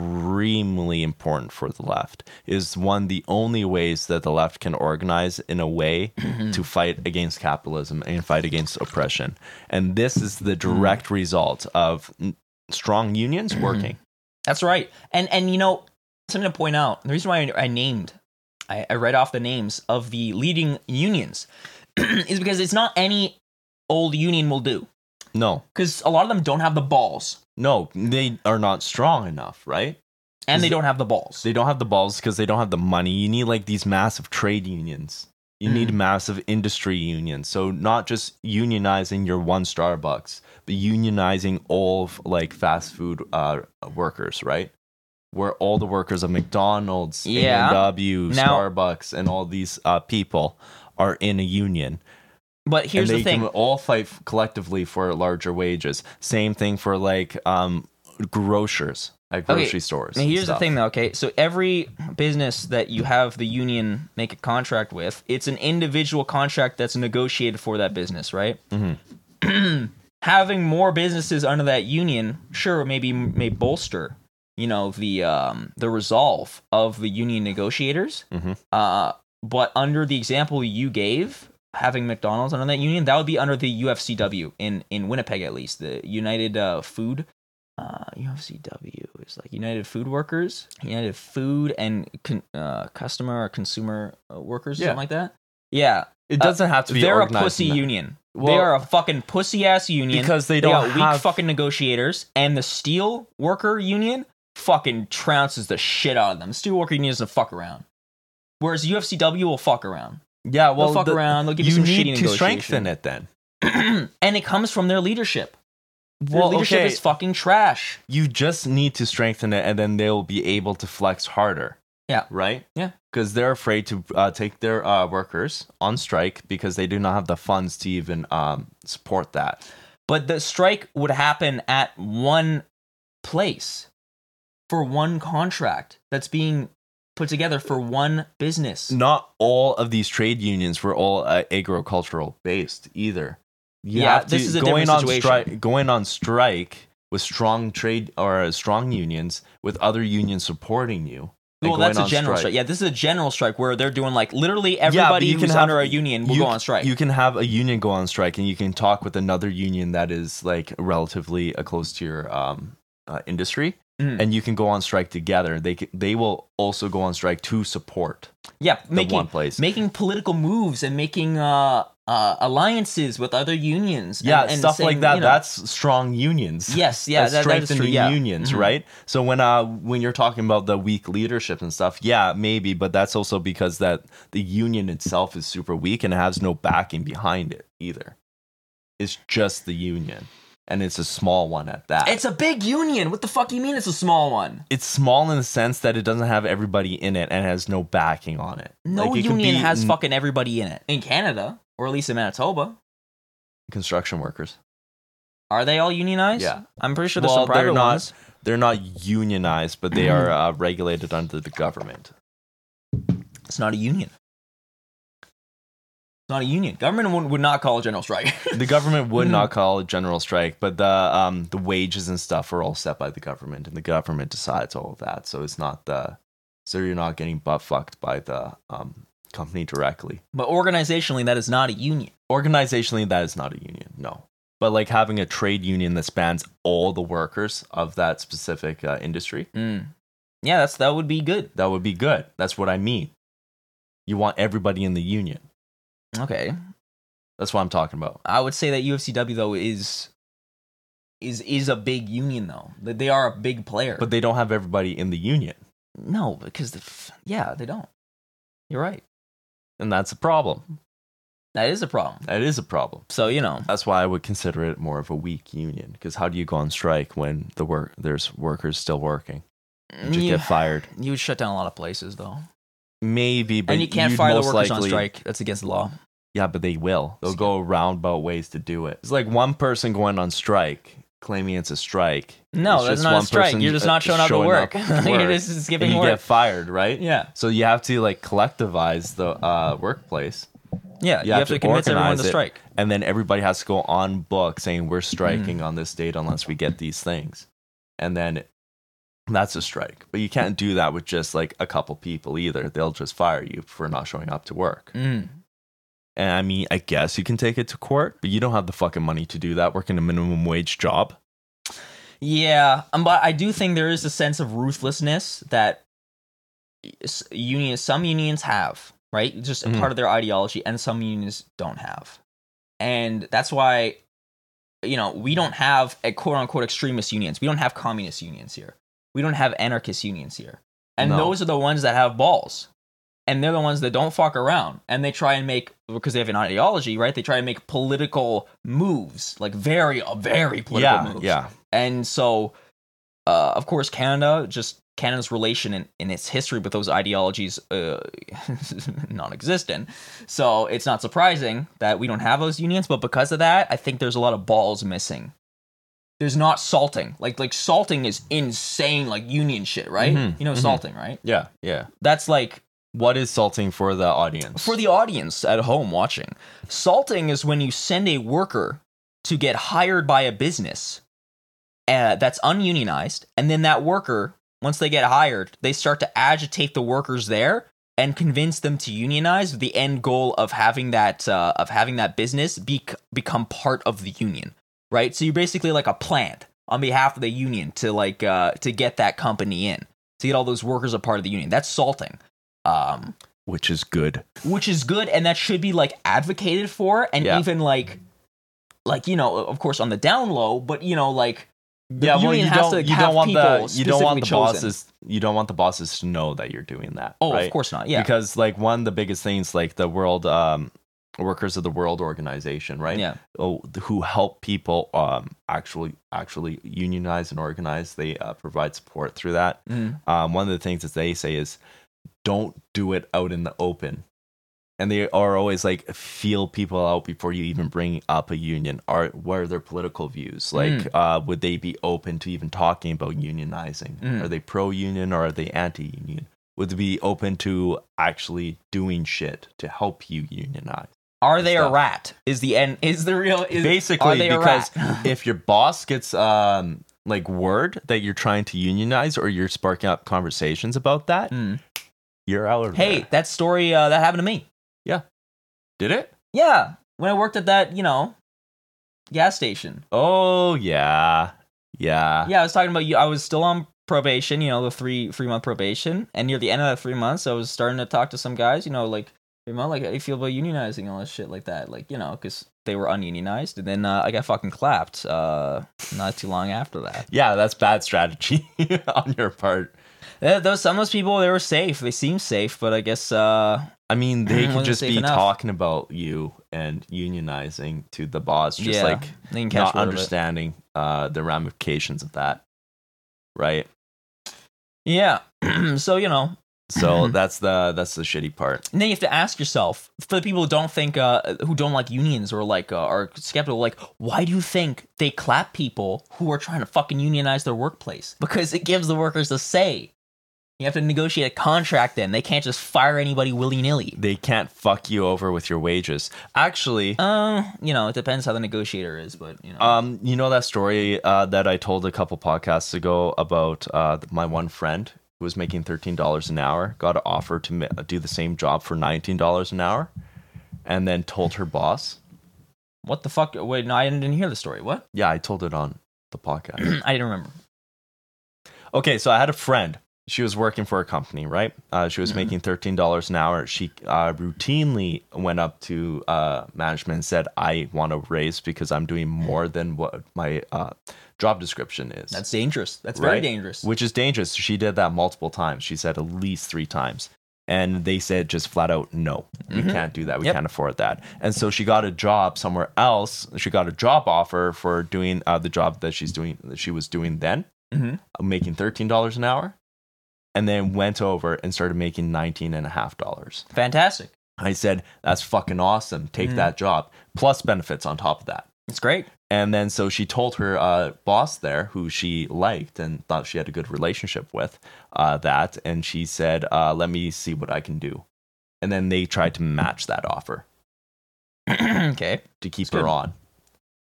extremely important for the left It is one of the only ways that the left can organize in a way Mm. to fight against capitalism and fight against oppression and this is the direct result of n- strong unions working that's right. And and you know something to point out. The reason why I, I named, I, I read off the names of the leading unions, [CLEARS THROAT] is because it's not any old union will do. no Because a lot of them don't have the balls, no they are not strong enough right and they Is- don't have the balls. They don't have the balls because they don't have the money. You need like these massive trade unions. You need Mm-hmm. massive industry unions. So not just unionizing your one Starbucks, but unionizing all of, like fast food uh, workers, right? Where all the workers of McDonald's, Yeah. A&W, Now- Starbucks, and all these uh, people are in a union. but here's and the they thing. can all fight f- collectively for larger wages. Same thing for like um, grocers at Okay, grocery stores. Now, and here's stuff. the thing, though. Okay, so every business that you have the union make a contract with, it's an individual contract that's negotiated for that business, right? Mm-hmm. [CLEARS THROAT] Having more businesses under that union, sure, maybe may bolster, you know, the um, the resolve of the union negotiators. Mhm. Uh, but under the example you gave, having McDonald's under that union, that would be under the UFCW in in Winnipeg at least, the United uh, Food uh, UFCW is like United Food Workers, United Food and con- uh, Customer or Consumer uh, Workers, Yeah. something like that. Yeah, It Uh, doesn't have to be. they're a organized pussy in that- union. they Well- are a fucking pussy ass union because they don't got weak have. fucking negotiators, and the steel worker union fucking trounces the shit out of them. Steel worker union doesn't fuck around, whereas UFCW will fuck around. yeah, They'll well, fuck the- around. They'll give you, some you need shitty to negotiation. strengthen it then. [CLEARS THROAT] and it comes from their leadership. Their Well, leadership okay. is fucking trash. You just need to strengthen it, and then they'll be able to flex harder. Yeah. Right. Yeah. Because they're afraid to uh, take their uh, workers on strike because they do not have the funds to even um, support that. but the strike would happen at one place for one contract that's being put together for one business. Not all of these trade unions were all uh, agricultural based either. You Yeah, have to- this is a going different on situation. strike. Going on strike with strong trade or uh, strong unions with other unions supporting you. and well, that's going a on general strike. Yeah, this is a general strike where they're doing like literally everybody you who's can have- under a union will you go c- on strike. You can have a union go on strike, and you can talk with another union that is like relatively uh, close to your um, uh, industry, Mm. and you can go on strike together. They c- they will also go on strike to support yeah, the one making place. making political moves and making uh uh, alliances with other unions. and- Yeah, and stuff saying, like that. you know, that's strong unions. [LAUGHS] yes, yeah, That's that, that is strengthening true. Yeah. unions, Mhm. right? So when uh when you're talking about the weak leadership and stuff, yeah, maybe, but that's also because that the union itself is super weak and has no backing behind it either. It's just the union, and it's a small one at that. It's a big union. What the fuck do you mean it's a small one? it's small in the sense that it doesn't have everybody in it and has no backing on it. No Like, it could union be has n- fucking everybody in it. In Canada, or at least in Manitoba, construction workers. are they all unionized? Yeah. I'm pretty sure there's Well, some private they're not- ones. They're not unionized, but they Mm-hmm. are uh, regulated under the government. It's not a union. It's not a union. Government would, would not call a general strike. [LAUGHS] The government would not call a general strike, but the um, the wages and stuff are all set by the government, and the government decides all of that. So it's not the so you're not getting butt fucked by the um, company directly. but organizationally, that is not a union. Organizationally, that is not a union, no. But like having a trade union that spans all the workers of that specific uh, industry, Mm. Yeah, that's that would be good. that would be good. That's what I mean. You want everybody in the union. Okay. That's what I'm talking about. I would say that UFCW though is is is a big union though. That they are a big player. But they don't have everybody in the union, no, because the f- yeah, they don't. You're right. and that's a problem. That is a problem. That is a problem. So, you know, That's why I would consider it more of a weak union. Because how do you go on strike when the work there's workers still working? You just you, get fired. you would shut down a lot of places though. Maybe, but and you can't you'd fire the most workers on likely- strike. That's against the law. Yeah, but they will. They'll go roundabout ways to do it. It's like one person going on strike, claiming it's a strike. No, It's that's just not one a strike. person, You're just uh, not showing up to work. [LAUGHS] You're work, just and skipping you work. get fired, right? yeah. So you have to like collectivize the uh, workplace, Yeah. You, have, to, convince everyone organize to it. strike. and then everybody has to go on book saying we're striking on this date unless we get these things, and then that's a strike. But you can't do that with just like a couple people either. They'll just fire you for not showing up to work. Mm. And I mean, I guess you can take it to court, but you don't have the fucking money to do that. Working a minimum wage job. Yeah, um, but I do think there is a sense of ruthlessness that s- unions, some unions have, right? Just a Mhm. part of their ideology, and some unions don't have, and that's why, you know, we don't have a quote unquote extremist unions. We don't have communist unions here. We don't have anarchist unions here, and No. those are the ones that have balls, and they're the ones that don't fuck around, and they try and make because they have an ideology, right? They try and make political moves, like very, uh, very political yeah, moves yeah. and so uh, of course canada just canada's relation in, in its history with those ideologies uh, [LAUGHS] non-existent so it's not surprising that we don't have those unions but because of that i think there's a lot of balls missing there's not salting like like salting is insane like union shit right Mhm, you know mhm. salting right Yeah, yeah. that's like What is salting for the audience? for the audience at home watching, salting is when you send a worker to get hired by a business uh, that's ununionized, and then that worker, once they get hired, they start to agitate the workers there and convince them to unionize with the end goal of having that uh, of having that business be- become part of the union, right? So you're basically like a plant on behalf of the union to like uh, to get that company in to get all those workers a part of the union. That's salting. Um, which is good. which is good and that should be like advocated for and Yeah. even like like you know of course on the down low but you know like the yeah, well, union you has don't, to you have don't want the people you don't want the specifically chosen. bosses you don't want the bosses to know that you're doing that. oh right? of course not yeah Because like one of the biggest things like the world um workers of the world organization, right? yeah Oh, who help people um actually actually unionize and organize. They uh, provide support through that. Mm. um, one of the things that they say is don't do it out in the open and they are always like feel people out before you even bring up a union are what are their political views like Mm. uh, would they be open to even talking about unionizing Mm. are they pro-union or are they anti-union would they be open to actually doing shit to help you unionize are they a stuff. rat is the end is the real is are basically they a because rat? [LAUGHS] if your boss gets um like word that you're trying to unionize or you're sparking up conversations about that Mm. you're out of there. hey that story uh, that happened to me Did it? yeah when i worked at that you know gas station Oh yeah, yeah. yeah, I was talking about you. I was still on probation, you know, the three three month probation, and near the end of that three months, I was starting to talk to some guys, you know, like You know, like how you feel about unionizing all this shit like that, like you know, because they were ununionized, and then uh, I got fucking clapped uh, not too long after that. Yeah, that's bad strategy [LAUGHS] on your part. Yeah, Those some of those people they were safe, they seemed safe, but I guess uh, [CLEARS THROAT] I mean, they could Wasn't just safe be enough. talking about you and unionizing to the boss, just yeah, like they can catch not word of it. understanding uh, the ramifications of that. [LAUGHS] Right. Yeah, [CLEARS THROAT] so you know, So that's the that's the shitty part. And then you have to ask yourself for the people who don't think, uh, who don't like unions or like uh, are skeptical, like why do you think they clap people who are trying to fucking unionize their workplace? [LAUGHS] Because it gives the workers a say. You have to negotiate a contract. Then they can't just fire anybody willy nilly. They can't fuck you over with your wages. Actually, Um, you know, it depends how the negotiator is, but you know, Um, you know that story uh, that I told a couple podcasts ago about uh, my one friend who was making thirteen dollars an hour got an offer to ma- do the same job for nineteen dollars an hour, and then told her boss. what the fuck? Wait, no, I didn't hear the story. What? [CLEARS THROAT] Yeah, I told it on the podcast. I didn't remember. okay, so I had a friend. She was working for a company, right? Uh, she was Mhm. making thirteen dollars an hour. She uh, routinely went up to uh, management and said, "I want a raise because I'm doing more than what my uh, job description is." That's dangerous. That's very Right. dangerous. which is dangerous. She did that multiple times. She said at least three times. And they said just flat out, no, we Mhm. can't do that. We Yep. can't afford that. And so she got a job somewhere else. She got a job offer for doing uh, the job that she's doing, that she was doing then, Mhm. uh, making thirteen dollars an hour, and then went over and started making nineteen and a half dollars. Fantastic. I said, that's fucking awesome. Take Mm. that job plus benefits on top of that. It's great. [CLEARS THROAT] And then so she told her uh, boss there, who she liked and thought she had a good relationship with, uh, that. And she said, uh, let me see what I can do. And then they tried to match that offer okay. to keep That's her good. on,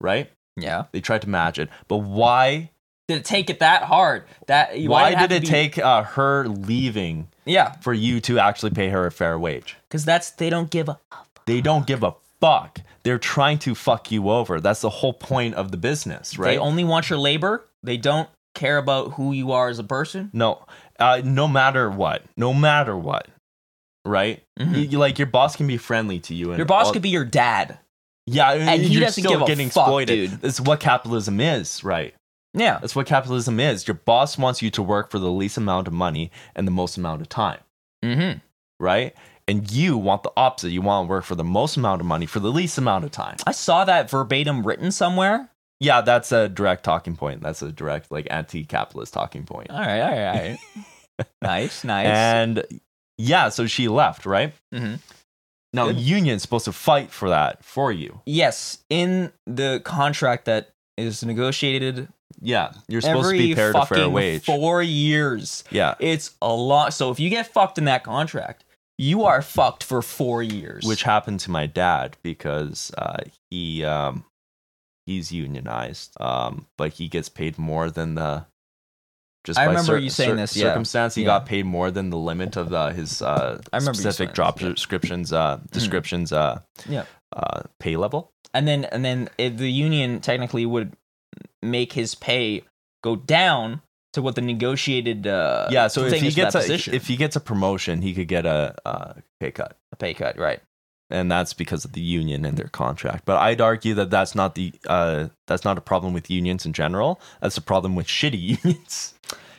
right? Yeah. They tried to match it. But why? Did it take it that hard? That Why, why, have did to it be- take uh, her leaving Yeah, for you to actually pay her a fair wage? because that's they don't give a They don't give a fuck. They're trying to fuck you over. That's the whole point of the business, right? They only want your labor. They don't care about who you are as a person. No, uh, no matter what, no matter what, right? Mhm. You, you- like your boss can be friendly to you, and Your boss all- could be your dad. yeah, and he you're doesn't still give a getting fuck, exploited. dude. That's what capitalism is, right? Yeah. That's what capitalism is. Your boss wants you to work for the least amount of money and the most amount of time, Mm-hmm. right? And you want the opposite. You want to work for the most amount of money for the least amount of time. I saw that verbatim written somewhere. Yeah, that's a direct talking point. That's a direct like anti-capitalist talking point. All right, all right, all [LAUGHS] right. nice, nice. And yeah, so she left, right? Mhm. Now Good. the union's supposed to fight for that for you. yes, in the contract that is negotiated Yeah, you're supposed every to be paired a fucking fair wage. four years. yeah, It's a lot. So if you get fucked in that contract, you are fucked for four years. which happened to my dad because uh, he um, he's unionized, um, but he gets paid more than the. Just I by remember you saying this, yeah. Circumstance, he Yeah. got paid more than the limit of uh, his uh, I remember you saying specific this, job yeah. Mm. descriptions. Uh, descriptions. Uh, Yeah. Uh, pay level. and then and then if the union technically would make his pay go down to what the negotiated uh yeah. So if thing he is for that gets a, position. if he gets a promotion, he could get a, uh pay cut. a pay cut right and that's because of the union and their contract. But I'd argue that that's not the uh, that's not a problem with unions in general. That's a problem with shitty [LAUGHS] unions,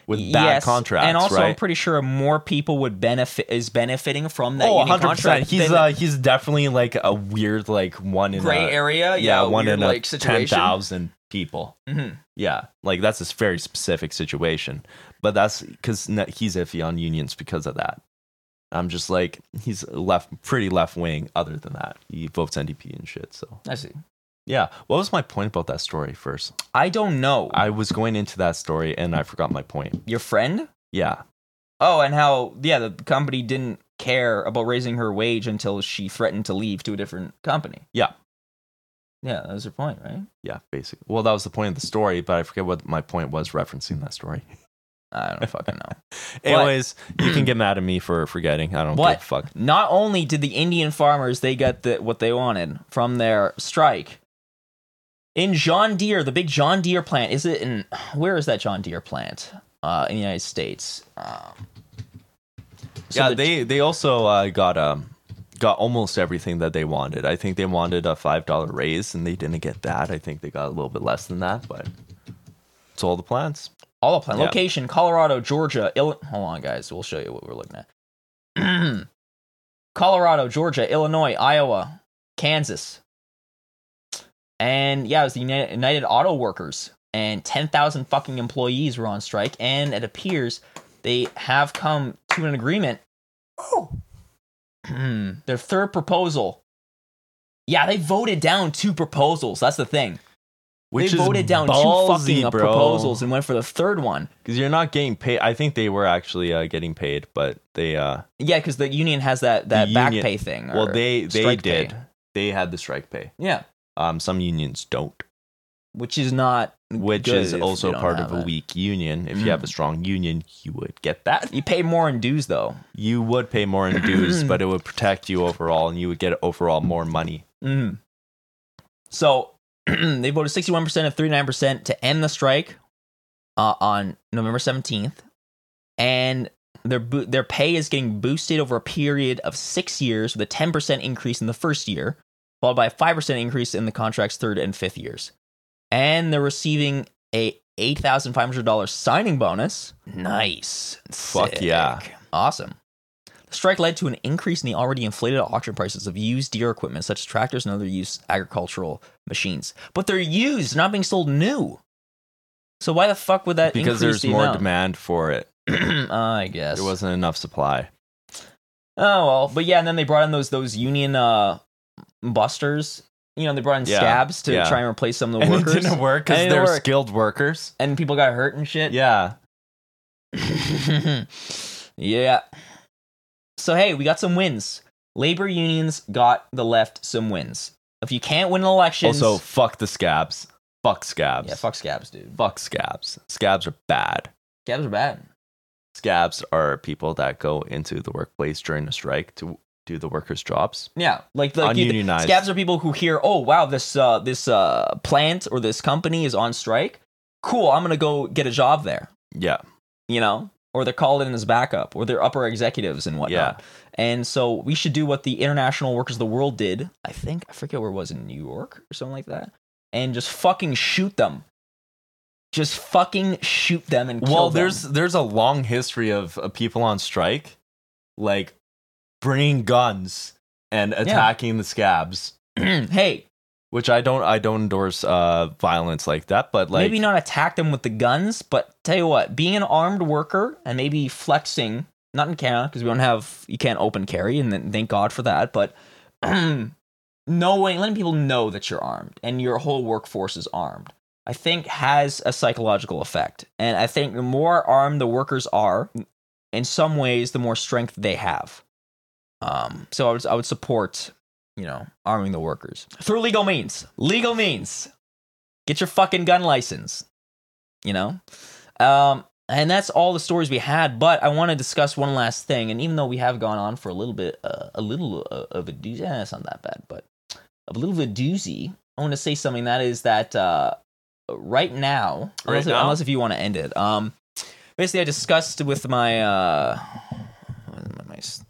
with bad Yes, contracts. and also i'm right? pretty sure more people would benefit is benefiting from that oh, union 100 contract percent. He's than uh, he's definitely like a weird like one in gray a, area yeah, one weird, in a like ten situation thousand people. Mhm. Yeah, like that's a very specific situation. But that's because he's iffy on unions because of that. I'm just like he's left, pretty left wing. Other than that, he votes NDP and shit. So i see Yeah. What was my point about that story first? i don't know I was going into that story and I forgot my point. your friend Yeah. oh and how yeah the company didn't care about raising her wage until she threatened to leave to a different company Yeah. yeah that was your point right Yeah, basically. Well, that was the point of the story, but I forget what my point was referencing that story. i don't fucking know Anyways, [CLEARS THROAT] you can get mad at me for forgetting. I don't What? give a fuck. not only did the Indian farmers they got the, what they wanted from their strike in John Deere, the big John Deere plant is it in where is that John Deere plant uh, in the United States? Um, so yeah, the- they they also uh, got um got almost everything that they wanted. I think they wanted a five dollar raise, and they didn't get that. I think they got a little bit less than that, but it's all the plans. All the plan Yeah. location: Colorado, Georgia, Illinois. Hold on, guys. We'll show you what we're looking at. [CLEARS THROAT] Colorado, Georgia, Illinois, Iowa, Kansas, and yeah, it was the United, United Auto Workers, and ten thousand fucking employees were on strike, and it appears they have come to an agreement. Oh, [CLEARS THROAT] their third proposal. Yeah, they voted down two proposals. That's the thing. they voted down two fucking uh, proposals and went for the third one. because you're not getting paid. I think they were actually uh, getting paid, but they uh, Yeah, because the union has that that The back union- pay thing. well or they they strike pay. did. They had the strike pay. Yeah, Um, some unions don't, which is not which good is if also you don't part have of a it. weak union. If you have a strong union, you would get that. You pay more in dues though. You would pay more in [CLEARS THROAT] dues, but it would protect you overall, and you would get overall more money. Mm. So [CLEARS THROAT] they voted 61% of 39% to end the strike uh, on November 17th. And their, bo- their pay is getting boosted over a period of six years with a 10% increase in the first year, followed by a 5% increase in the contract's third and fifth years. And they're receiving a $8,500 signing bonus. Nice. Fuck Sick. yeah. Awesome. The strike led to an increase in the already inflated auction prices of used deer equipment, such as tractors and other used agricultural machines. But they're used, not being sold new. So why the fuck would that because increase there's the more amount? demand for it. Uh, [CLEARS THROAT] I guess There wasn't enough supply. Oh well, but yeah, and then they brought in those those union uh, busters. You know, they brought in Yeah, scabs to yeah. try and replace [LAUGHS] some of the workers, and, work 'cause they're skilled workers. people got hurt and shit. Yeah, Yeah. [LAUGHS] yeah. So hey, we got some wins. Labor unions got the left some wins. If you can't win elections, Also, fuck the scabs. Fuck scabs. yeah, fuck scabs, dude. Fuck scabs. Scabs are bad. Scabs are bad. Scabs are people that go into the workplace during a strike to do the workers' jobs. Yeah, like like you- Ununionized. scabs are people who hear, oh wow, this uh, this uh, plant or this company is on strike. Cool, I'm gonna go get a job there. Yeah. You know, or they're called in as backup, or they're upper executives and whatnot. And so we should do what the International Workers of the World did. I think I forget where it was in New York or something like that, and just fucking shoot them. Just fucking shoot them and kill well, them. there's there's a long history of uh, people on strike, like bringing guns and attacking the scabs, [CLEARS THROAT] hey, which I don't I don't endorse uh, violence like that. But like maybe not attack them with the guns, but tell you what, being an armed worker and maybe flexing, not in Canada because we don't have, you can't open carry, and then, thank God for that, but [CLEARS THROAT] knowing, letting people know that you're armed and your whole workforce is armed, I think has a psychological effect. And I think the more armed the workers are, in some ways, the more strength they have. Um, so I would, I would support, you know, arming the workers through legal means. Legal means get your fucking gun license you know um and that's all the stories we had but i want to discuss one last thing and even though we have gone on for a little bit uh, a little uh, of a doozy eh, it's not that bad but of a little bit of a doozy i want to say something that is that uh right now Right unless, now? unless if you want to end it um basically i discussed with my uh my s-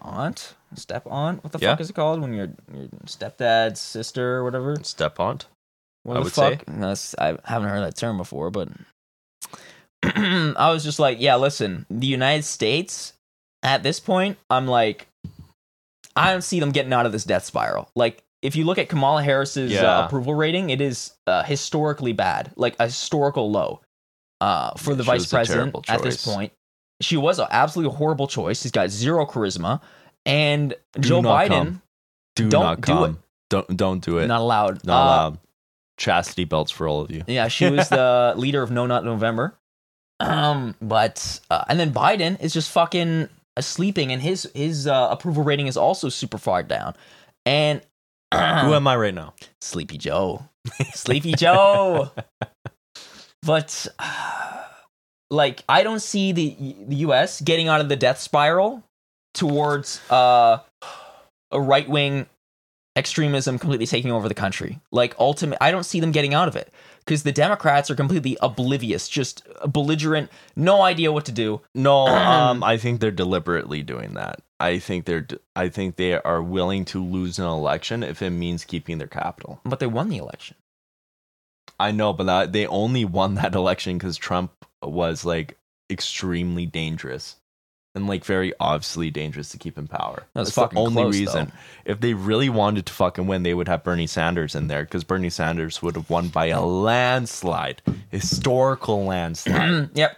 aunt step aunt what the Yeah. fuck is it called when your your stepdad's sister or whatever step on. what I the would say. fuck? That's- I haven't heard that term before, but [CLEARS THROAT] I was just like, yeah, listen, the United States at this point, I'm like, I don't see them getting out of this death spiral. Like, if you look at Kamala Harris's uh, Yeah. approval rating, it is uh, historically bad, like a historical low uh, for the She vice was a president terrible at this choice. point. She was an absolutely horrible choice. She's got zero charisma, and Do Joe not Biden come. Do Don't not do it. come. Don't don't do it. not allowed. Not Uh, allowed. Chastity belts for all of you. Yeah, she was the leader of No Not November. Um, but uh, and then Biden is just fucking uh, sleeping, and his his uh, approval rating is also super far down. And [CLEARS THROAT] Who am I right now? Sleepy Joe, Sleepy Joe. But like, I don't see the the U.S. getting out of the death spiral towards uh, a right wing extremism completely taking over the country. Like ultimate I don't see them getting out of it cuz the Democrats are completely oblivious, just belligerent, no idea what to do. [CLEARS THROAT] No, um, I think they're deliberately doing that. I think they're I think they are willing to lose an election if it means keeping their capital. But they won the election. I know, but that, they only won [LAUGHS] that election because Trump was like extremely dangerous and like very obviously dangerous to keep in power. That's the fucking only close, reason. If they really wanted to fucking win, they would have Bernie Sanders in there because Bernie Sanders would have won by a landslide, historical landslide. [CLEARS THROAT] [CLEARS THROAT] yep.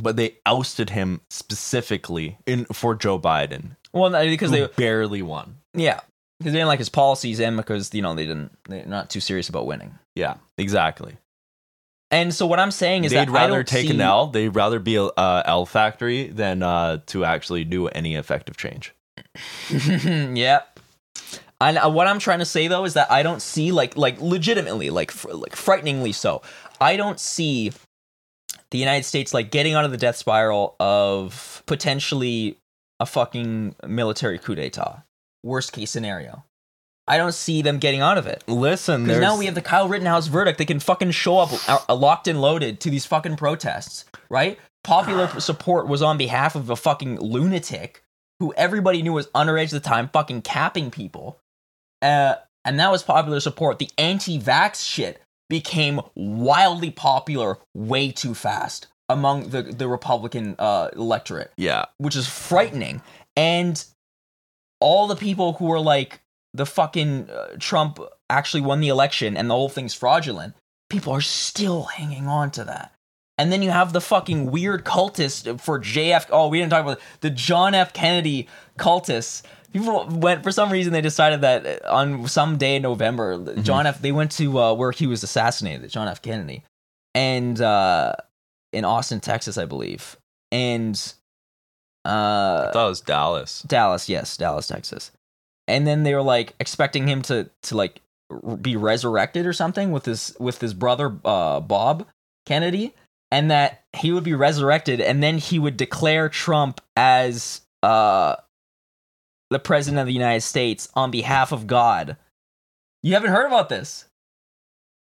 but they ousted him specifically in for Joe Biden Well, no, because because they they barely won. yeah because they didn't like his policies and because you know they didn't they're not too serious about winning. Yeah, exactly. And so what I'm saying is that they'd I rather don't take see, an L. They'd rather be a uh, L factory than uh, to actually do any effective change. [LAUGHS] yep. And uh, what I'm trying to say though is that I don't see like like legitimately like fr- like frighteningly so. I don't see the United States like getting out of the death spiral of potentially a fucking military coup d'état. Worst case scenario. I don't see them getting out of it. Listen, Because there's now we have the Kyle Rittenhouse verdict. They can fucking show up uh, locked and loaded to these fucking protests, right? Popular [SIGHS] support was on behalf of a fucking lunatic who everybody knew was underage at the time, fucking capping people. Uh, and that was popular support. The anti vax shit became wildly popular way too fast among the, the Republican uh, electorate yeah, which is frightening. And all the people who were like, the fucking uh, Trump actually won the election and the whole thing's fraudulent, people are still hanging on to that. And then you have the fucking weird cultist for JF. Oh, we didn't talk about the John F. Kennedy cultists. People went for some reason. They decided that uh, on some day in November, John F. They went to uh, where he was assassinated, John F. Kennedy, and uh, in Austin, Texas, I believe. And uh, I thought it was Dallas. Dallas, yes, Dallas, Texas. And then they were like expecting him to to like r- be resurrected or something with his with his brother uh, Bob Kennedy, and that he would be resurrected, and then he would declare Trump as uh, the president of the United States on behalf of God. You haven't heard about this.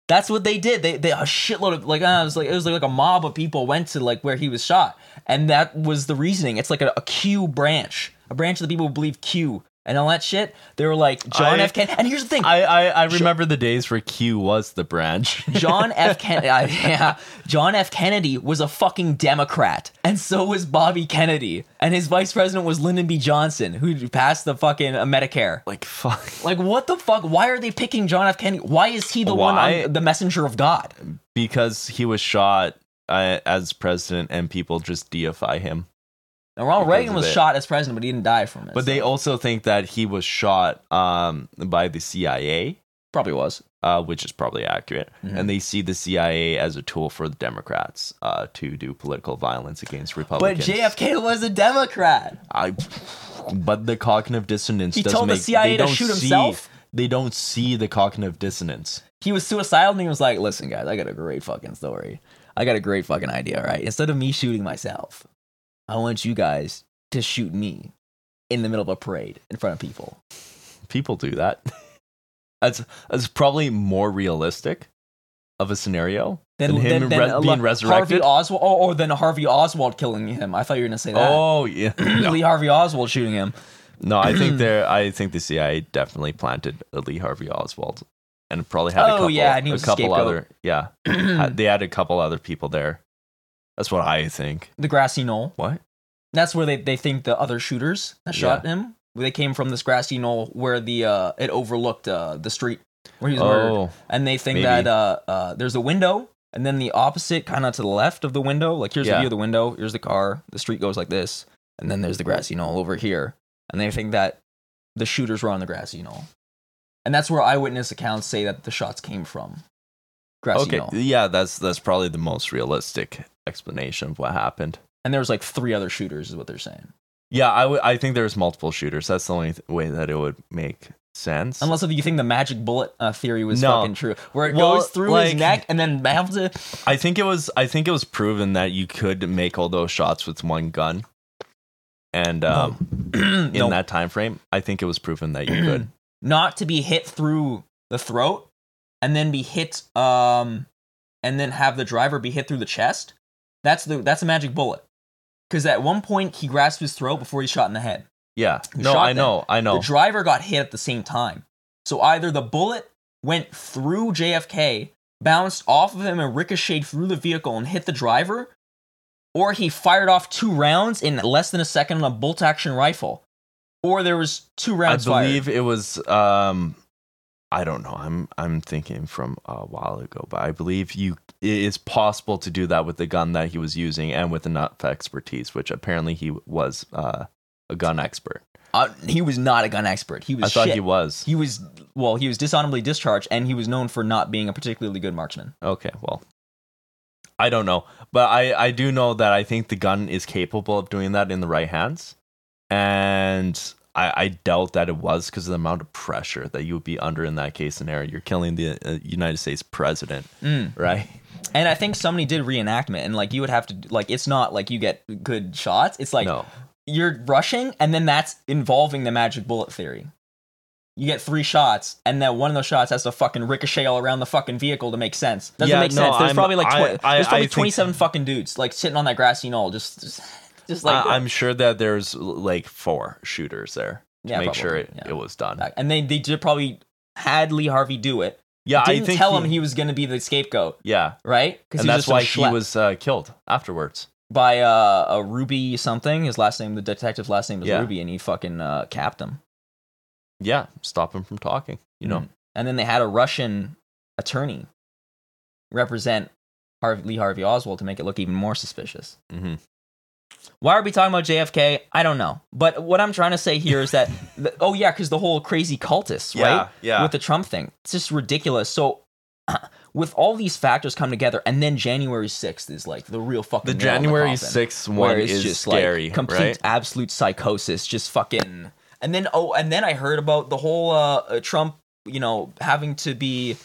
That's what they did. They they a shitload of like uh, it was like it was like, a mob of people went to like where he was shot, and that was the reasoning. It's like a, a Q branch, a branch of the people who believe Q and all that shit. They were like John I- F. Kennedy. And here's the thing: I, I, I remember the days where Q was the branch. John F. [LAUGHS] Kennedy, yeah, John F. Kennedy was a fucking Democrat, and so was Bobby Kennedy, and his vice president was Lyndon B. Johnson, who passed the fucking uh, Medicare. [LAUGHS] like fuck, Like, what the fuck? Why are they picking John F. Kennedy? Why is he the Why? one on the messenger of God? because he was shot uh, as president, and people just deify him. Now, Ronald Because Reagan of was it. shot as president, but he didn't die from it. But they also think that he was shot um, by the CIA, probably was. uh, which is probably accurate. Mhm. And they see the CIA as a tool for the Democrats uh, to do political violence against But Republicans. JFK was a Democrat. I, but the cognitive dissonance He doesn't told the make, CIA they to don't shoot see- himself? They don't see the cognitive dissonance. He was suicidal and he was like, listen, guys, I got a great fucking story. I got a great fucking idea, right? Instead of me shooting myself, I want you guys to shoot me in the middle of a parade in front of people. People do that. [LAUGHS] that's that's probably more realistic of a scenario than him re- uh, being Harvey resurrected. Oswald, or, or then Harvey Oswald killing him. I thought you were going to say that. [CLEARS THROAT] oh yeah, no. Lee Harvey Oswald shooting him. [CLEARS THROAT] [CLEARS THROAT] No, I think they're. I think the CIA definitely planted a Lee Harvey Oswald, and probably had a Oh, couple. yeah, and he a was a couple scapegoat. other. Yeah, Uh, the they had a couple other people there. That's what I think. grassy knoll. What? That's where they, they think the other shooters that shot him. They came from this grassy knoll where the uh, it overlooked uh, the street where he was murdered, Oh, and they think maybe. that uh, uh, there's a window, and then the opposite, kind of to the left of the window, like here's the Yeah. view of the window, here's the car, the street goes like this, and then there's the grassy knoll over here, and they think that the shooters were on the grassy knoll, and that's where eyewitness accounts say that the shots came from. Grassy okay. knoll, Yeah, that's that's probably the most realistic explanation of what happened. and there was like three other shooters, is what they're saying. Yeah, I would- I think there's multiple shooters. That's the only th- way that it would make sense. Unless if you think the magic bullet uh, theory was No. fucking true, where it Well, goes through like- his neck and then melts [CLEARS THROAT] it. I think it was I think it was proven that you could make all those shots with one gun. And um, no, in that time frame, I think it was proven that you [CLEARS THROAT] could. not to be hit through the throat and then be hit, um, and then have the driver be hit through the chest. That's the that's a magic bullet. Because at one point he grasped his throat before he shot in the head. Yeah. Who No, shot I know. I know. The driver got hit at the same time. So either the bullet went through JFK, bounced off of him, and ricocheted through the vehicle and hit the driver, or he fired off two rounds in less than a second on a bolt action rifle, or there was two I rounds fired. believe it was. Um, I don't know. I'm I'm thinking from a while ago, but I believe you it is possible to do that with the gun that he was using and with enough expertise, which apparently he was uh, a gun expert. Uh, he was not a gun expert. He was I thought shit. he was. He was well, he was dishonorably discharged, and he was known for not being a particularly good marksman. Okay, well, I don't know, but I I do know that I think the gun is capable of doing that in the right hands, and I I doubt that it was because of the amount of pressure that you would be under in that case scenario. You're killing the uh, United States president, Mm. right? And I think somebody did reenactment, and like you would have to like it's not like you get good shots. It's like no, you're rushing, and then that's involving the magic bullet theory. You get three shots, and then one of those shots has to fucking ricochet all around the fucking vehicle to make sense. Doesn't Yeah, make no, sense. There's I'm- probably like I- twenty. I- there's I probably think- twenty seven fucking dudes like sitting on that grassy knoll, just just, just like I, am sure that there's like four shooters there to Yeah, make sure probably, it, yeah. it was done. back. And they they did probably had Lee Harvey do it. Yeah, Didn't I think tell him he was going to be the scapegoat, yeah, right? and he was that's just some why he schlep. was uh, killed afterwards. by uh, a Ruby something. His last name, the detective's last name is Yeah. Ruby, and he fucking uh, capped him. Yeah, stop him from talking. You know, Mm. And then they had a Russian attorney represent Harvey, Lee Harvey Oswald to make it look even more suspicious. mm-hmm. Why are we talking about JFK? I don't know. But what I'm trying to say here is [LAUGHS] that, th- oh yeah, because the whole crazy cultists, right? yeah. With the Trump thing. It's just ridiculous. So, [CLEARS THROAT] with all these factors come together, and then January 6th is like the real fucking the nail in January coffin. 6th where one it's is just scary, like complete right? absolute psychosis, just fucking. And then oh, and then I heard about the whole uh, uh, Trump, you know, having to be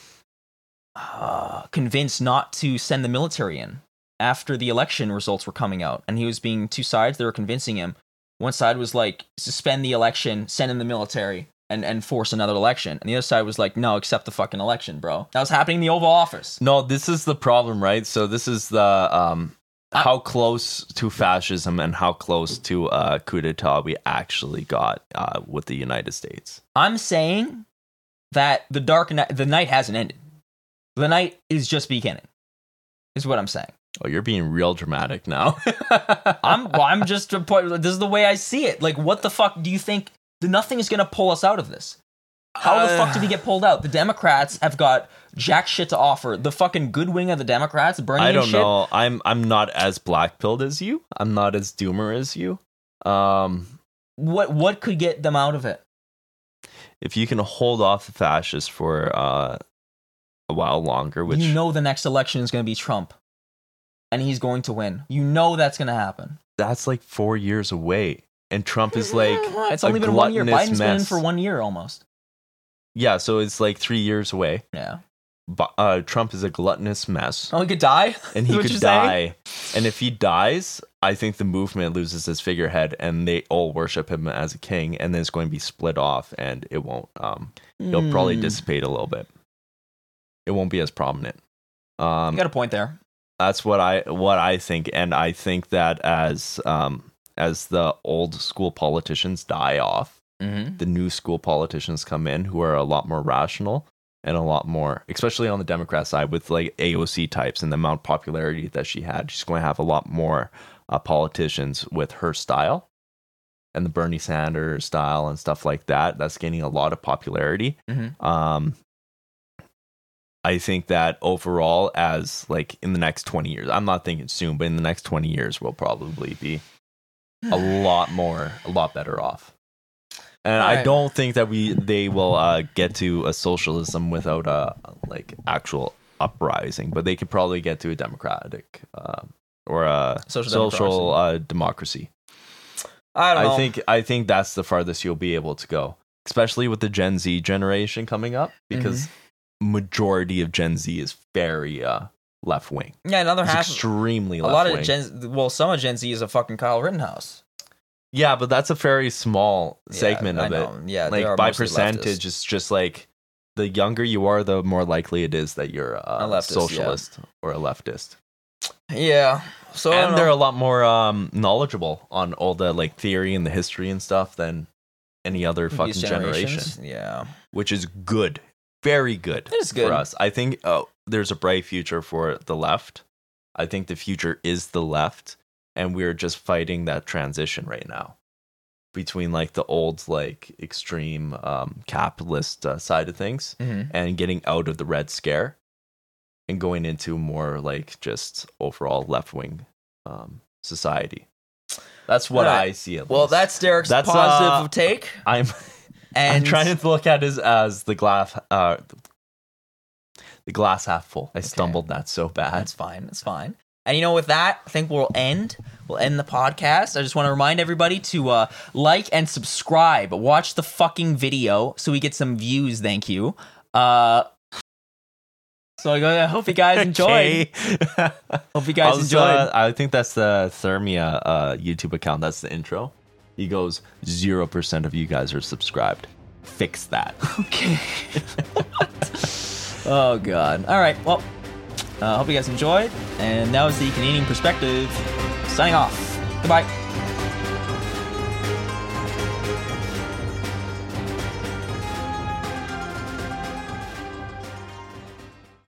uh, convinced not to send the military in after the election results were coming out, and he was being two sides. They were convincing him. One side was like suspend the election, send in the military. And, and force another election. And the other side was like, no, accept the fucking election, bro. That was happening in the Oval Office. No, this is the problem, right? So this is the um I- how close to fascism and how close to uh, coup d'état we actually got uh, with the United States. I'm saying that the dark night, the night hasn't ended. The night is just beginning. Is what I'm saying. Oh, you're being real dramatic now. [LAUGHS] I'm well, I'm just a point. This is the way I see it. Like, what the fuck do you think? Nothing is gonna pull us out of this. How the fuck did we get pulled out? The Democrats have got jack shit to offer. The fucking good wing of the Democrats, Bernie. I and don't shit, know. I'm I'm not as black pilled as you. I'm not as doomer as you. Um, What what could get them out of it? if you can hold off the fascists for uh, a while longer, which you know, the next election is gonna be Trump, and he's going to win. You know that's gonna happen. that's like four years away, and Trump is like it's a only been one year. gluttonous Biden's been in mess. for one year almost. Yeah, so it's like three years away. Yeah. Bu- Uh, Trump is a gluttonous mess, Oh, [LAUGHS] he could die, and he What could you're saying? die. And if he dies, I think the movement loses its figurehead, and they all worship him as a king. And then it's going to be split off, and it won't. Um, it'll probably Hmm. dissipate a little bit. It won't be as prominent. You Um, got a point there. that's what I what I think, and I think that as um, as the old school politicians die off, Mm-hmm. the new school politicians come in who are a lot more rational and a lot more, especially on the Democrat side with like AOC types and the amount of popularity that she had. She's going to have a lot more uh, politicians with her style and the Bernie Sanders style and stuff like that. That's gaining a lot of popularity. Mhm. Um, I think that overall, as like in the next 20 years, I'm not thinking soon, but in the next 20 years, we'll probably be a lot more, a lot better off. And I Alright. don't think that we they will uh, get to a socialism without a like actual uprising, but they could probably get to a democratic um or a Social social uh, democracy. I don't know. I think I think that's the farthest you'll be able to go, especially with the Gen Z generation coming up, Mm-hmm. because majority of Gen Z is very uh, left wing. yeah, another It's half. extremely A left lot wing. of Gen, well, some of Gen Z is a fucking Kyle Rittenhouse yeah, but that's a very small Yeah, segment I of it. know. Yeah, they like are by mostly percentage, leftist. it's just like the younger you are, the more likely it is that you're a, A leftist, yeah. socialist or a leftist. Yeah, So I don't and they're know. a lot more um, knowledgeable on all the like theory and the history and stuff than any other fucking These generation, generations, Yeah. which is good, very good. It is good. for us. I think uh, there's a bright future for the left. I think the future is the left, and we're just fighting that transition right now between like the old like extreme um, capitalist uh, side of things hmm and getting out of the red scare and going into more like just overall left wing um, society. That's what Right. I see. At Well, least. that's Derek's That's, positive uh, take. I'm [LAUGHS] And I'm trying to look at it as the glass uh, the glass half full. I stumbled that so bad. That's fine. That's fine. And you know, with that, I think we'll end. We'll end the podcast. I just want to remind everybody to uh, like and subscribe. Watch the fucking video so we get some views. Thank you. Uh, so I go- I hope you guys [LAUGHS] enjoyed. [LAUGHS] Okay. Hope you I, guys was, enjoyed. uh, I think that's the Thermia uh, YouTube account. That's the intro. He goes zero percent of you guys are subscribed. Fix that. [LAUGHS] [LAUGHS] okay. [LAUGHS] oh god. All right. Well, uh, hope you guys enjoyed. And that was the Canadian perspective. Signing off. Goodbye.